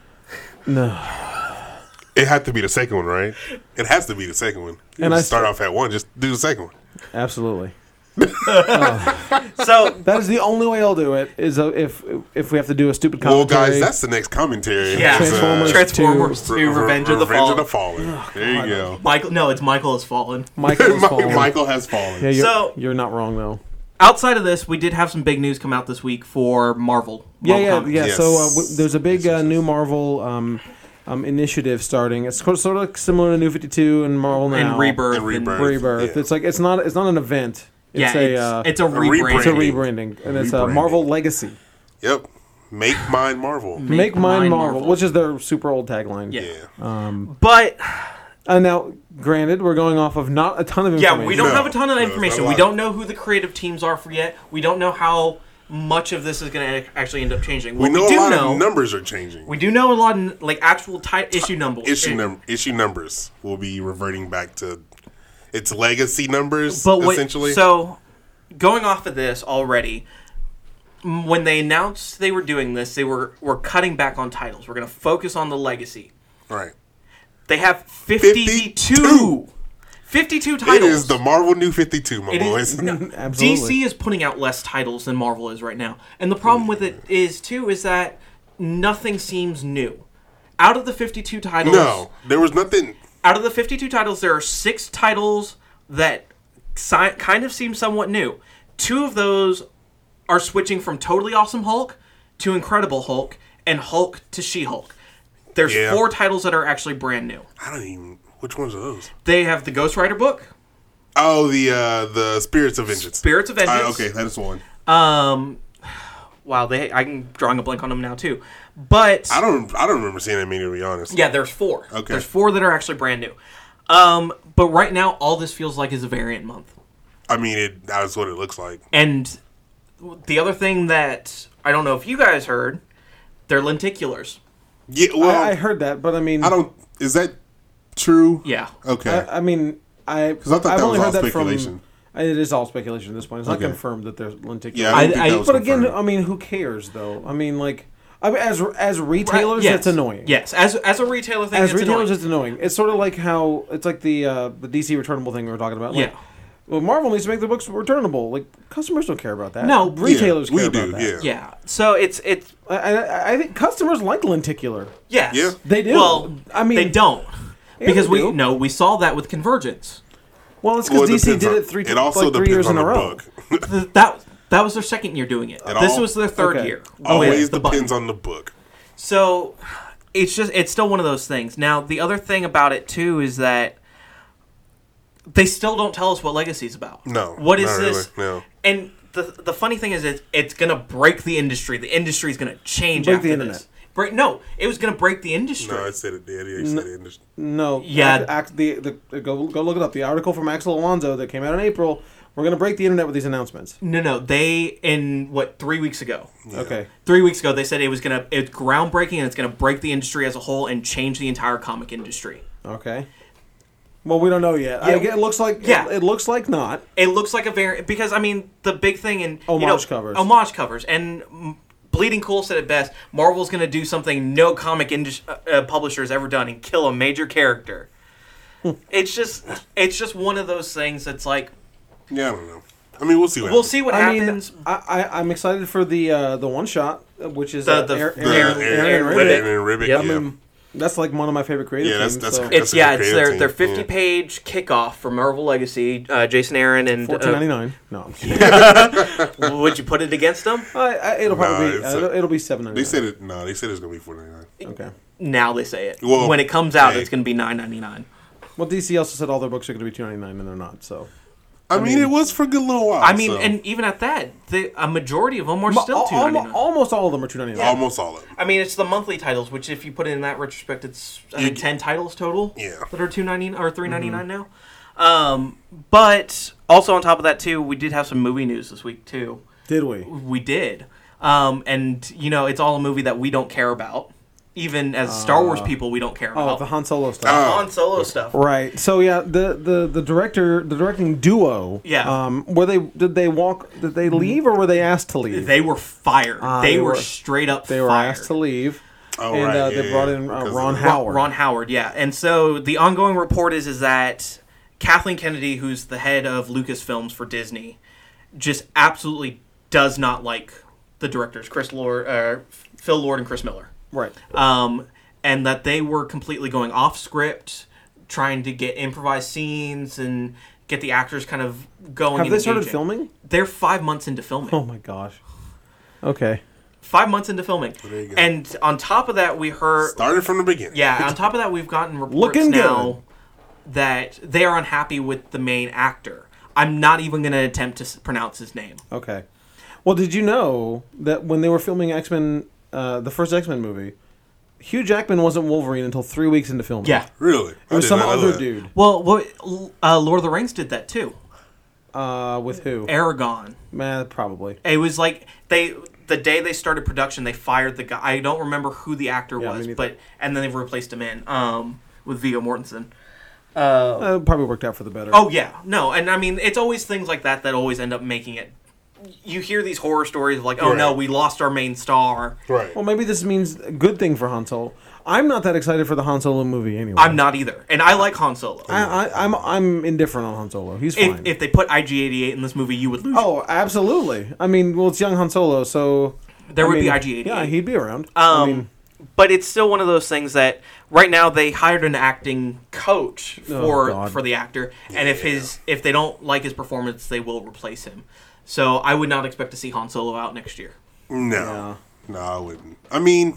It had to be the second one, right? It has to be the second one. And You and I I start st- off at one. Just do the second one. Absolutely. So That is the only way I'll do it is uh, if if we have to do a stupid Well, commentary. guys, that's the next commentary. yeah, It's, uh, Transformers Oh, Transformers Re- to Re- Revenge of the Revenge Fallen. Fallen. there you go. Michael, no, it's Michael has fallen. Michael is falling. Michael has fallen. Yeah, you're, So- you're not wrong though. Outside of this, we did have some big news come out this week for Marvel. Yeah, Marvel yeah, Comics. yeah. Yes. So uh, w- there's a big uh, new Marvel um, um, initiative starting. It's sort sort of similar to New Fifty Two and Marvel now. And Rebirth. And Rebirth. Rebirth. Yeah. It's like it's not it's not an event. It's yeah, a it's, uh, it's a rebrand. it's a rebrand. rebranding and it's a Rebranding. Marvel Legacy. Yep. Make mine Marvel. Make, mine, mine Marvel, Marvel. which is their super old tagline. Yeah. Yeah. But Uh, now, granted, we're going off of not a ton of information. Yeah, we don't No, have a ton of no, it's information. not a We lot. don't know who the creative teams are for yet. We don't know how much of this is going to actually end up changing. we What know we do a lot know, of numbers are changing. we do know a lot of like actual type issue numbers. issue It- num- issue numbers will be reverting back to its legacy numbers but what, essentially. So, going off of this already, m- when they announced they were doing this, they were were cutting back on titles. We're going to focus on the legacy. right. They have 52 52, It titles. is the Marvel New 52, my It boys. is- no, Absolutely. DC is putting out less titles than Marvel is right now. And the problem with it is too is that nothing seems new. Out of the 52 titles, no, there was nothing. out of the 52 titles there are 6 titles that si- kind of seem somewhat new. Two of those are switching from Totally Awesome Hulk to Incredible Hulk and Hulk to She-Hulk. There's Yeah. four titles that are actually brand new. I don't even. Which ones are those? They have the Ghost Rider book, Oh, the uh, the Spirits of Vengeance. Spirits of Vengeance. Uh, okay, that is one. Um, wow, they I'm drawing a blank on them now too, but I don't. I don't remember seeing that many to be honest. yeah, there's four. Okay. there's four that are actually brand new. Um, but right now, all this feels like is a variant month, I mean, it, that's what it looks like. and the other thing that I don't know if you guys heard, they're lenticulars. Yeah. Well, I, I I, heard that, but I mean, don't. Is that true? Yeah, Okay. I, I mean, I. Because I thought that was all speculation. From, it is all speculation at this point. It's Okay. not confirmed that there's lenticular. Yeah, I don't think I- that I- was but again, confirmed. I mean, who cares though? I mean, like, I mean, as as retailers, Yes. it's annoying. Yes, as as a retailer thing, As it's retailers, annoying. it's annoying. It's sort of like how it's like the uh, the DC returnable thing we were talking about. Like, Yeah. Well, Marvel needs to make their books returnable. Like customers don't care about that. No, retailers Yeah, we care do, about that. yeah. yeah, so it's it's I, I, I think customers like lenticular. yes, Yeah. They do. Well, I mean- they don't because they we do. no, we saw that with Convergence. Well, it's Well, because DC depends did on- it three, It also like three years depends on in a the row. Oh, book. Th- that that was their second year doing it. It this all- was their third okay. year. Always with the button. depends on the book. So it's just it's still one of those things. Now the other thing about it too is that they still don't tell us what Legacy's about. No, What is not this? really, no. And the the funny thing is it's it's gonna break the industry. The industry is gonna change Break after the this. internet. Break no, it was gonna break the industry. No, I said it did. He said it. Just- No. Yeah. Act, the, the, go, go look it up. The article from Axel Alonso that came out in April. We're going to break the internet with these announcements. no, no, they in what three weeks ago. Okay. Three weeks ago, they said it was gonna it's groundbreaking and it's gonna break the industry as a whole and change the entire comic industry. Okay. Well, we don't know yet. I Yeah. get- it looks like Yeah. it, it looks like not. It looks like a variant because I mean the big thing in you know, Homage covers. homage covers, and mm, Bleeding Cool said it best. Marvel's going to do something no comic indus- uh, uh, publisher has ever done and kill a major character. it's just it's just one of those things that's like yeah, I don't know. I mean, we'll see what we'll happens. see what I mean, happens. I, I I'm excited for the uh, the one shot, uh, which is The- uh, the- Aaron- the- The Aaron- Aaron, Aaron Aaron Ribbit. Ribbit. Aaron Ribbit, Yep. yeah. Mm-hmm. That's like one of my favorite creative Yeah, that's- teams. that's so. great. it's yeah, it's their creative their team, 50 yeah. page kickoff for Marvel Legacy. Uh, Jason Aaron and Fourteen ninety uh, nine. No, I'm kidding. would you put it against them? I, I, it'll probably be, it's uh, a- it'll, it'll be seven ninety They nine. said it. No, they said it's gonna be four ninety nine. okay. Now they say it. Well, when it comes out, hey. it's going to be 9.99. Well, DC also said all their books are going to be two ninety nine, and they're not. So I mean, it was for a good little while. I mean, so- and even at that, the, a majority of them are still Al- two almo- ninety nine. almost all of them are two ninety nine. almost all of them. I mean, it's the monthly titles, which if you put it in that retrospect, it's I think g- ten titles total. Yeah. that are two ninety or three now. Um, but also on top of that too, we did have some movie news this week too. Did we? We did, um, and you know, it's all a movie that we don't care about. Even as Star Wars people, we don't care Oh, about the Uh. the Han Solo uh, stuff. Han Solo stuff. Right. So yeah, the, the the director, the directing duo. Yeah. Um, were they did they walk? Did they leave or were they asked to leave? They were fired. Uh, they, they were, were- straight up. They were fired. asked to leave. Oh, and right, uh, yeah, they brought yeah, in uh, because of Ron the- Howard. Ron Howard, yeah. And so the ongoing report is is that Kathleen Kennedy, who's the head of Lucasfilms for Disney, just absolutely does not like the directors, Chris Lord, uh, Phil Lord, and Chris Miller, Right. um, and that they were completely going off script, trying to get improvised scenes and get the actors kind of going. Have and they started engaging. filming? They're five months into filming Oh my gosh. Okay. five months into filming. there you go. And on top of that, we heard, Started from the beginning. yeah, on top of that, we've gotten reports Looking now that they are unhappy with the main actor. I'm not even going to attempt to s- pronounce his name. Okay. Well, did you know that when they were filming X Men, uh, the first X Men movie, Hugh Jackman wasn't Wolverine until three weeks into filming. Yeah. Really? It was some other dude. Well, what, uh, Lord of the Rings did that too. Uh, with who? Aragon. Man, probably. It was like they the day they started production, they fired the guy. I don't remember who the actor me was, neither. but and then they replaced him in um, with Viggo Mortensen. Uh, probably worked out for the better. Oh yeah, no, and I mean it's always things like that that always end up making it. You hear these horror stories of like, oh no, Right. we lost our main star. Right. Well, maybe this means a good thing for Han Solo. I'm not that excited for the Han Solo movie anyway. I'm not either, and I like Han Solo. I, I, I'm I'm indifferent on Han Solo. He's fine. If, if they put IG88 in this movie, you would lose. oh, absolutely. I mean, well, it's young Han Solo, so There I would be mean, IG-88. Yeah, he'd be around. um, I mean, but it's still one of those things that right now they hired an acting coach for Oh, God. for the actor, and if his if they don't like his performance, they will replace him. So I would not expect to see Han Solo out next year. No. No, I wouldn't. I mean,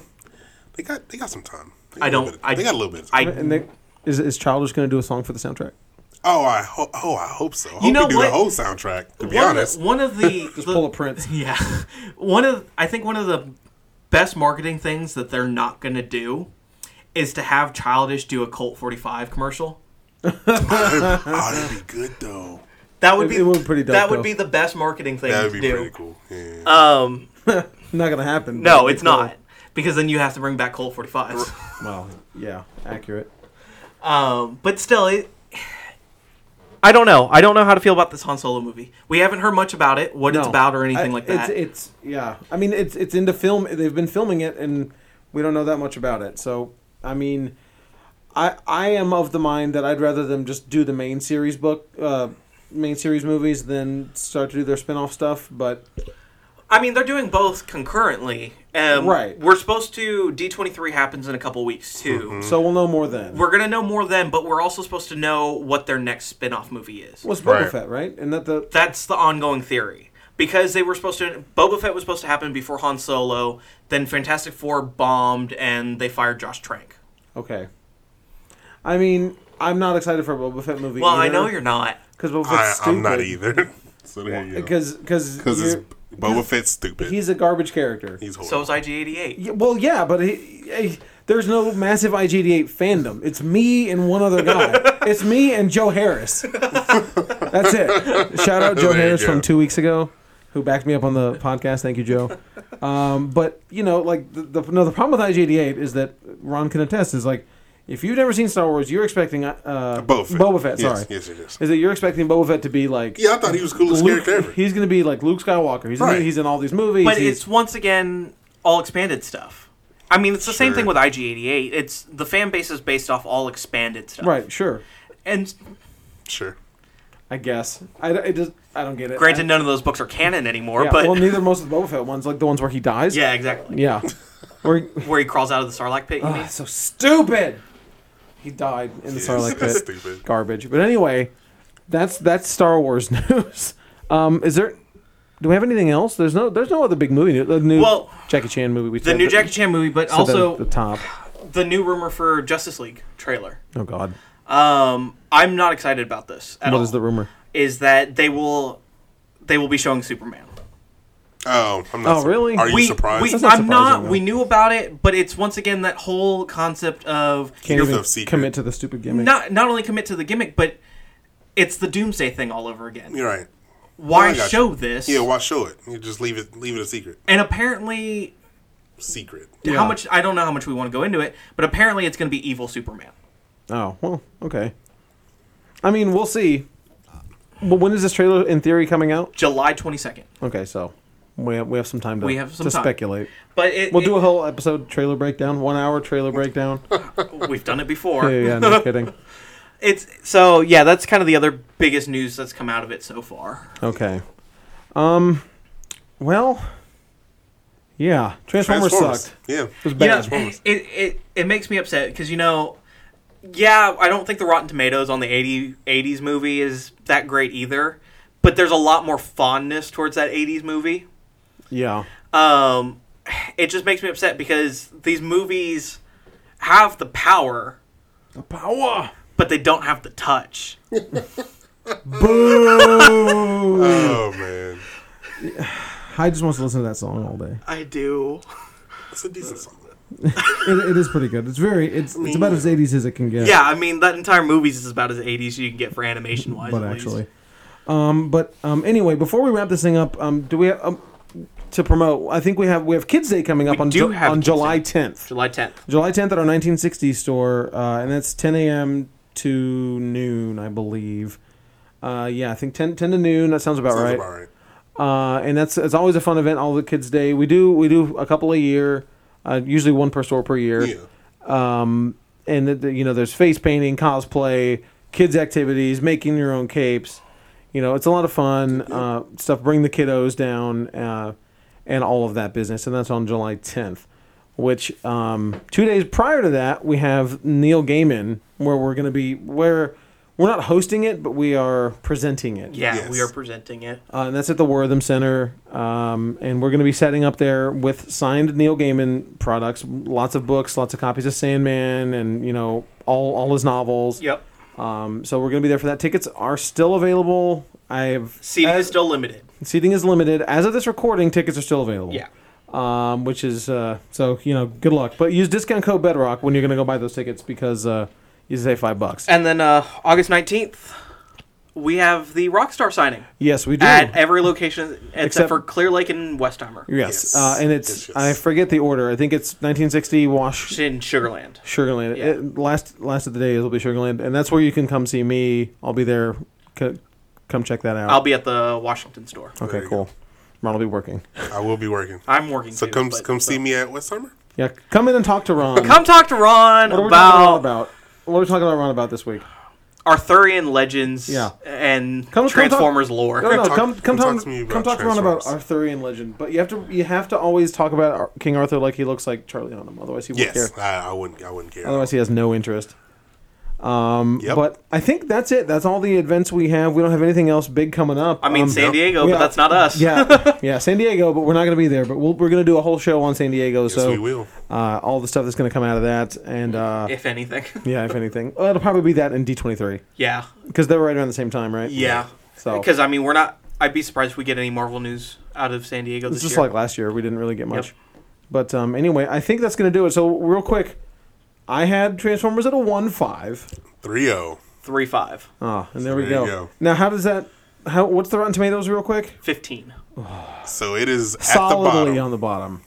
they got they got some time. They got I a little don't- Bit of, they I- got a little bit. Of time. I and they, is is Childish going to do a song for the soundtrack? oh, I ho- oh, I hope so. I hope know they do what? the whole soundtrack. To be one honest, Of, one of the Just the- pull a Prince. Yeah, one of I think one of the best marketing things that they're not going to do is to have Childish do a Colt 45 commercial. oh, that'd be good though. That would It- be it would be pretty dope, that would though. be the best marketing thing That'd to be do. pretty cool. Yeah. Um, Not going to happen. no, That'd be it's cool. not because then you have to bring back Colt 45s. Well, yeah, accurate. Um, but still, it. I don't know. I don't know how to feel about this Han Solo movie. We haven't heard much about it, what it's No. about, or anything I- like that. It's, it's yeah. I mean, it's it's into film. They've been filming it, and we don't know that much about it. So, I mean, I I am of the mind that I'd rather them just do the main series book, uh, main series movies, than start to do their spin off stuff. But I mean, they're doing both concurrently. Um, Right. We're supposed to D23 happens in a couple weeks too. Mm-hmm. so we'll know more then. We're gonna know more then, but we're also supposed to know what their next spin-off movie is. Was Boba Right. Fett right? And that the That's the ongoing theory because they were supposed to. Boba Fett was supposed to happen before Han Solo. Then Fantastic Four bombed, and they fired Josh Trank. okay. I mean, I'm not excited for a Boba Fett movie. Well, I know you're not. because Boba Fett's I, stupid. I'm not either. So there you go. because because Because it's Boba Fett's stupid. He's, he's a garbage character. horrible. So is IG88. Yeah, well, yeah, but he, he- there's no massive IG88 fandom. It's me and one other guy. it's me and Joe Harris. That's it. Shout out Joe There you Harris go. from two weeks ago, who backed me up on the podcast. Thank you, Joe. Um, but you know, like the, the no, the problem with IG88 is that Ron can attest is like if you've never seen Star Wars, you're expecting uh, Boba Fett. Boba Fett. Sorry, Yes, yes, it is. is that you're expecting Boba Fett to be like Yeah, I thought he was the coolest Luke, character ever. he's going to be like Luke Skywalker. He's Right. in, he's in all these movies. But he's- it's once again all expanded stuff. I mean, it's the same Sure. thing with IG88. It's the fan base is based off all expanded stuff. right, sure. And Sure. I guess. I, it just, I don't get it. granted, I- none of those books are canon anymore. yeah, but well, neither most of the Boba Fett ones, like the ones where he dies. yeah, exactly. yeah. Where he, Where he crawls out of the Sarlacc pit. You Ah, mean? so stupid. He died in the Yes, Sarlacc pit. that's stupid. Garbage. But anyway, that's that's Star Wars news. Um, is there? Do we have anything else? There's no. There's no other big movie. news. The new Well, Jackie Chan movie. We The new Jackie Chan movie, but also the, top. the new rumor for Justice League trailer. Oh God. Um, I'm not excited about this at What all. is the rumor? Is that they will they will be showing Superman. Oh, I'm not. Oh, sur- really? Are you we, surprised? we- That's not I'm not. surprising, We though. knew about it, but it's once again that whole concept of Can't Here's even the secret. commit to the stupid gimmick. not not only commit to the gimmick, but it's the doomsday thing all over again. You're right. Why I got show this? Yeah, why show it? You just leave it. Leave it a secret. and apparently, Secret. Yeah. how much I don't know how much we want to go into it, but apparently it's going to be evil Superman. Oh well, okay. I mean, we'll see. But when is this trailer in theory coming out? July twenty second. Okay, so we have, we have some time to We have some to time. speculate. But it, We'll do a whole episode trailer breakdown, one hour trailer breakdown. it- we've done it before. yeah, yeah, no kidding. It's so yeah. That's kind of the other biggest news that's come out of it so far. Okay. Um. Well. Yeah, Transformers, sucked. Yeah. It was You know, bad. it, it, it it makes me upset because you know, yeah, I don't think the Rotten Tomatoes on the 80, 80s movie is that great either. But there's a lot more fondness towards that eighties movie. yeah. um, it just makes me upset because these movies have the power, The power. but they don't have the touch. Boo! Oh man, I just wants to listen to that song all day. I do. that's a decent song. It, it is pretty good. It's very. It's it's about as 80s as it can get. Yeah, I mean that entire movie's is about as eighties you can get for animation wise. but actually. Um, but um, anyway, before we wrap this thing up, um, do we have, um, to promote? I think we have we have Kids Day coming up on do Ju- have on Kids July tenth. July tenth. July tenth at our nineteen sixty store, uh, and that's ten a.m. to noon, I believe. Uh, yeah, I think 10, 10 to noon. That sounds about Sounds right. about right. Uh, and that's it's always a fun event. All the Kids Day we do we do a couple a year, uh, usually one per store per year Yeah. um, and the, the- you know there's face painting cosplay kids activities making your own capes you know it's a lot of fun uh, stuff bring the kiddos down uh, and all of that business and that's on july 10th which um, two days prior to that we have neil gaiman where we're going to be where we're not hosting it but we are presenting it Yeah, Yes. we are presenting it. uh, and that's at the Wortham Center. Um, and we're going to be setting up there with signed Neil Gaiman products, lots of books, lots of copies of Sandman, and you know all all his novels. Yep. Um, so we're going to be there for that. Tickets are still available. I have Seating as- is still limited. seating is limited as of this recording. Tickets are still available. Yeah. Um, which is uh, so you know good luck, but use discount code Bedrock when you're going to go buy those tickets because uh, you save five bucks. And then uh, August nineteenth, we have the Rockstar signing yes, we do. at every location except, Except- for Clear Lake and Westheimer yes, Yes. uh, and it's Yes, yes. I forget the order. I think it's 1960 Wash in Sugarland. Sugarland. Yeah. It, last last of the day will be Sugarland, and that's where you can come see me. I'll be there. C- come check that out. I'll be at the Washington store. Oh. okay, There you cool. Ron will be working. I will be working. I'm working. So too, come but- come see me at West Summer. Yeah, come in and talk to Ron. Come talk to Ron what are we talking to Ron about, about? What are we talking about Ron about this week? Arthurian legends Yeah. and Come- come talk- Transformers lore. No, no, talk- come come come talk talk, to me about come talk to Ron about Transformers. Arthurian legend. But you have to you have to always talk about Ar- King Arthur like he looks like Charlie on him. Otherwise, he won't Yes, care. I, I wouldn't. I wouldn't care. Otherwise, he has no interest. Um, Yep. but I think that's it. That's all the events we have. We don't have anything else big coming up. I mean, um, San Yep. Diego, we but are- that's not us. yeah, yeah, San Diego, but we're not going to be there. But we'll, we're going to do a whole show on San Diego. yes, so we will. Uh, all the stuff that's going to come out of that, and uh, If anything. yeah, if anything, well, it'll probably be that in D twenty three yeah. because they're right around the same time, right? Yeah. So Because, I mean, we're not. I'd be surprised if we get any Marvel news out of San Diego this It's just year. like last year, we didn't really get much. But um, anyway, I think that's going to do it. So real quick, I had Transformers at a one five. 3 0. three five. Ah, and there, we there go. you go. Now, how does that? How what's the Rotten Tomatoes real quick? 15. So it is at Solidly the on the bottom.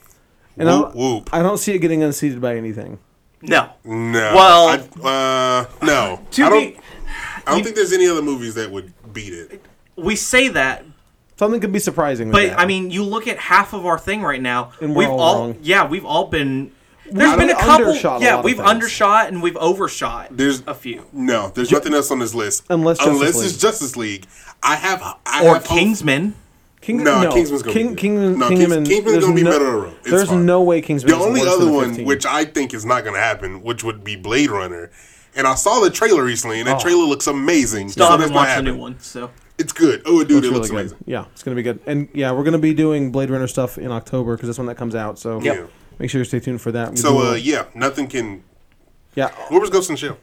And bottom. Whoop, I'll- whoop. I don't see it getting unseated by anything. No. Mm. No. Well- I, uh, no. To I don't, be- I don't think there's any other movies that would beat it. we say that, Something could be surprising. with but that. I mean, you look at half of our thing right now. And we're we've all all, wrong. yeah, we've all been. There's We've been a couple. undershot a lot yeah, of we've things. undershot and we've overshot. There's a few. No, there's nothing else on this list. Unless Justice unless League. it's Justice League. I have. I Or have hope- Kingsman. King, No, Kingsman's gonna King, be good. King, No, Kingman, Kings- Kingsman's there's gonna be no, middle of the road. It's there's fine. no way Kingsman. The is only worse other than a one, 15. which I think is not going to happen, which would be Blade Runner. And I saw the trailer recently, and that Oh. trailer looks amazing. Still so that's haven't not watched the new happening. one, so. It's good. Oh, dude, It's it really looks good. amazing. Yeah, it's gonna be good. And yeah, we're gonna be doing Blade Runner stuff in October because that's when that comes out. So Yep. Yeah. make sure you stay tuned for that. We So do- uh, yeah, nothing can. yeah, What was Ghost in the Shell?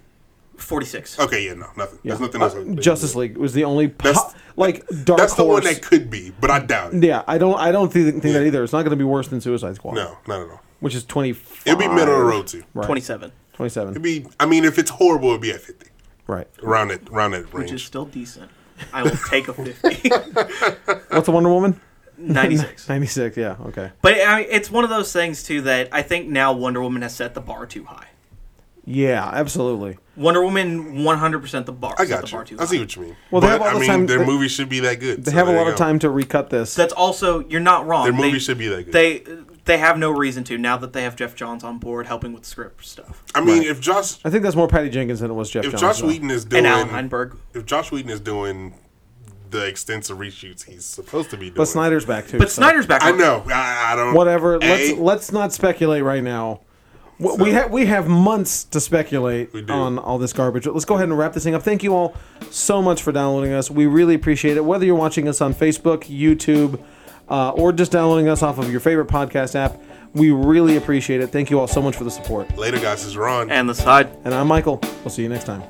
46. Okay, yeah, no, nothing. There's nothing Uh, else. on- Justice League was the only po- That's- like dark That's the horse. one that could be, but I doubt it. yeah, I don't, I don't thi- think that either. It's not gonna be worse than Suicide Squad, No, not at all. which is twenty. It'd be middle of the road too. Right. 27. Twenty-seven. It'd be. I mean, if it's horrible, it'd be at fifty. Right. Around it, around that range. Which is still decent. I will take a 50. What's a Wonder Woman? 96. Ninety-six. Yeah. Okay. But I mean, it's one of those things, too, that I think now Wonder Woman has set the bar too high. Yeah. Absolutely. Wonder Woman, 100% the bar. I set got the bar too you. I high. see what you mean. Well, Well, they but, have all I the mean, time- their they- movie should be that good. They have a lot of time to recut this. That's also, you're not wrong. Their movie They- should be that good. They they have no reason to now that they have Jeff Johns on board helping with script stuff. I mean, Right. if Josh, I think that's more Patty Jenkins than it was Jeff. if Johns, Josh though. Wheaton is doing, And Alan Heinberg. if Josh Wheaton is doing the extensive reshoots he's supposed to be doing, But Snyder's back too. But so- Snyder's back. I on- know. I, I don't. Whatever. A, let's let's not speculate right now. W we have we have months to speculate do. on all this garbage. Let's go ahead and wrap this thing up. Thank you all so much for downloading us. We really appreciate it. Whether you're watching us on Facebook, YouTube, uh, or just downloading us off of your favorite podcast app, we really appreciate it. Thank you all so much for the support. later, guys. This Is Ron. And the side. And I'm Michael. We'll see you next time.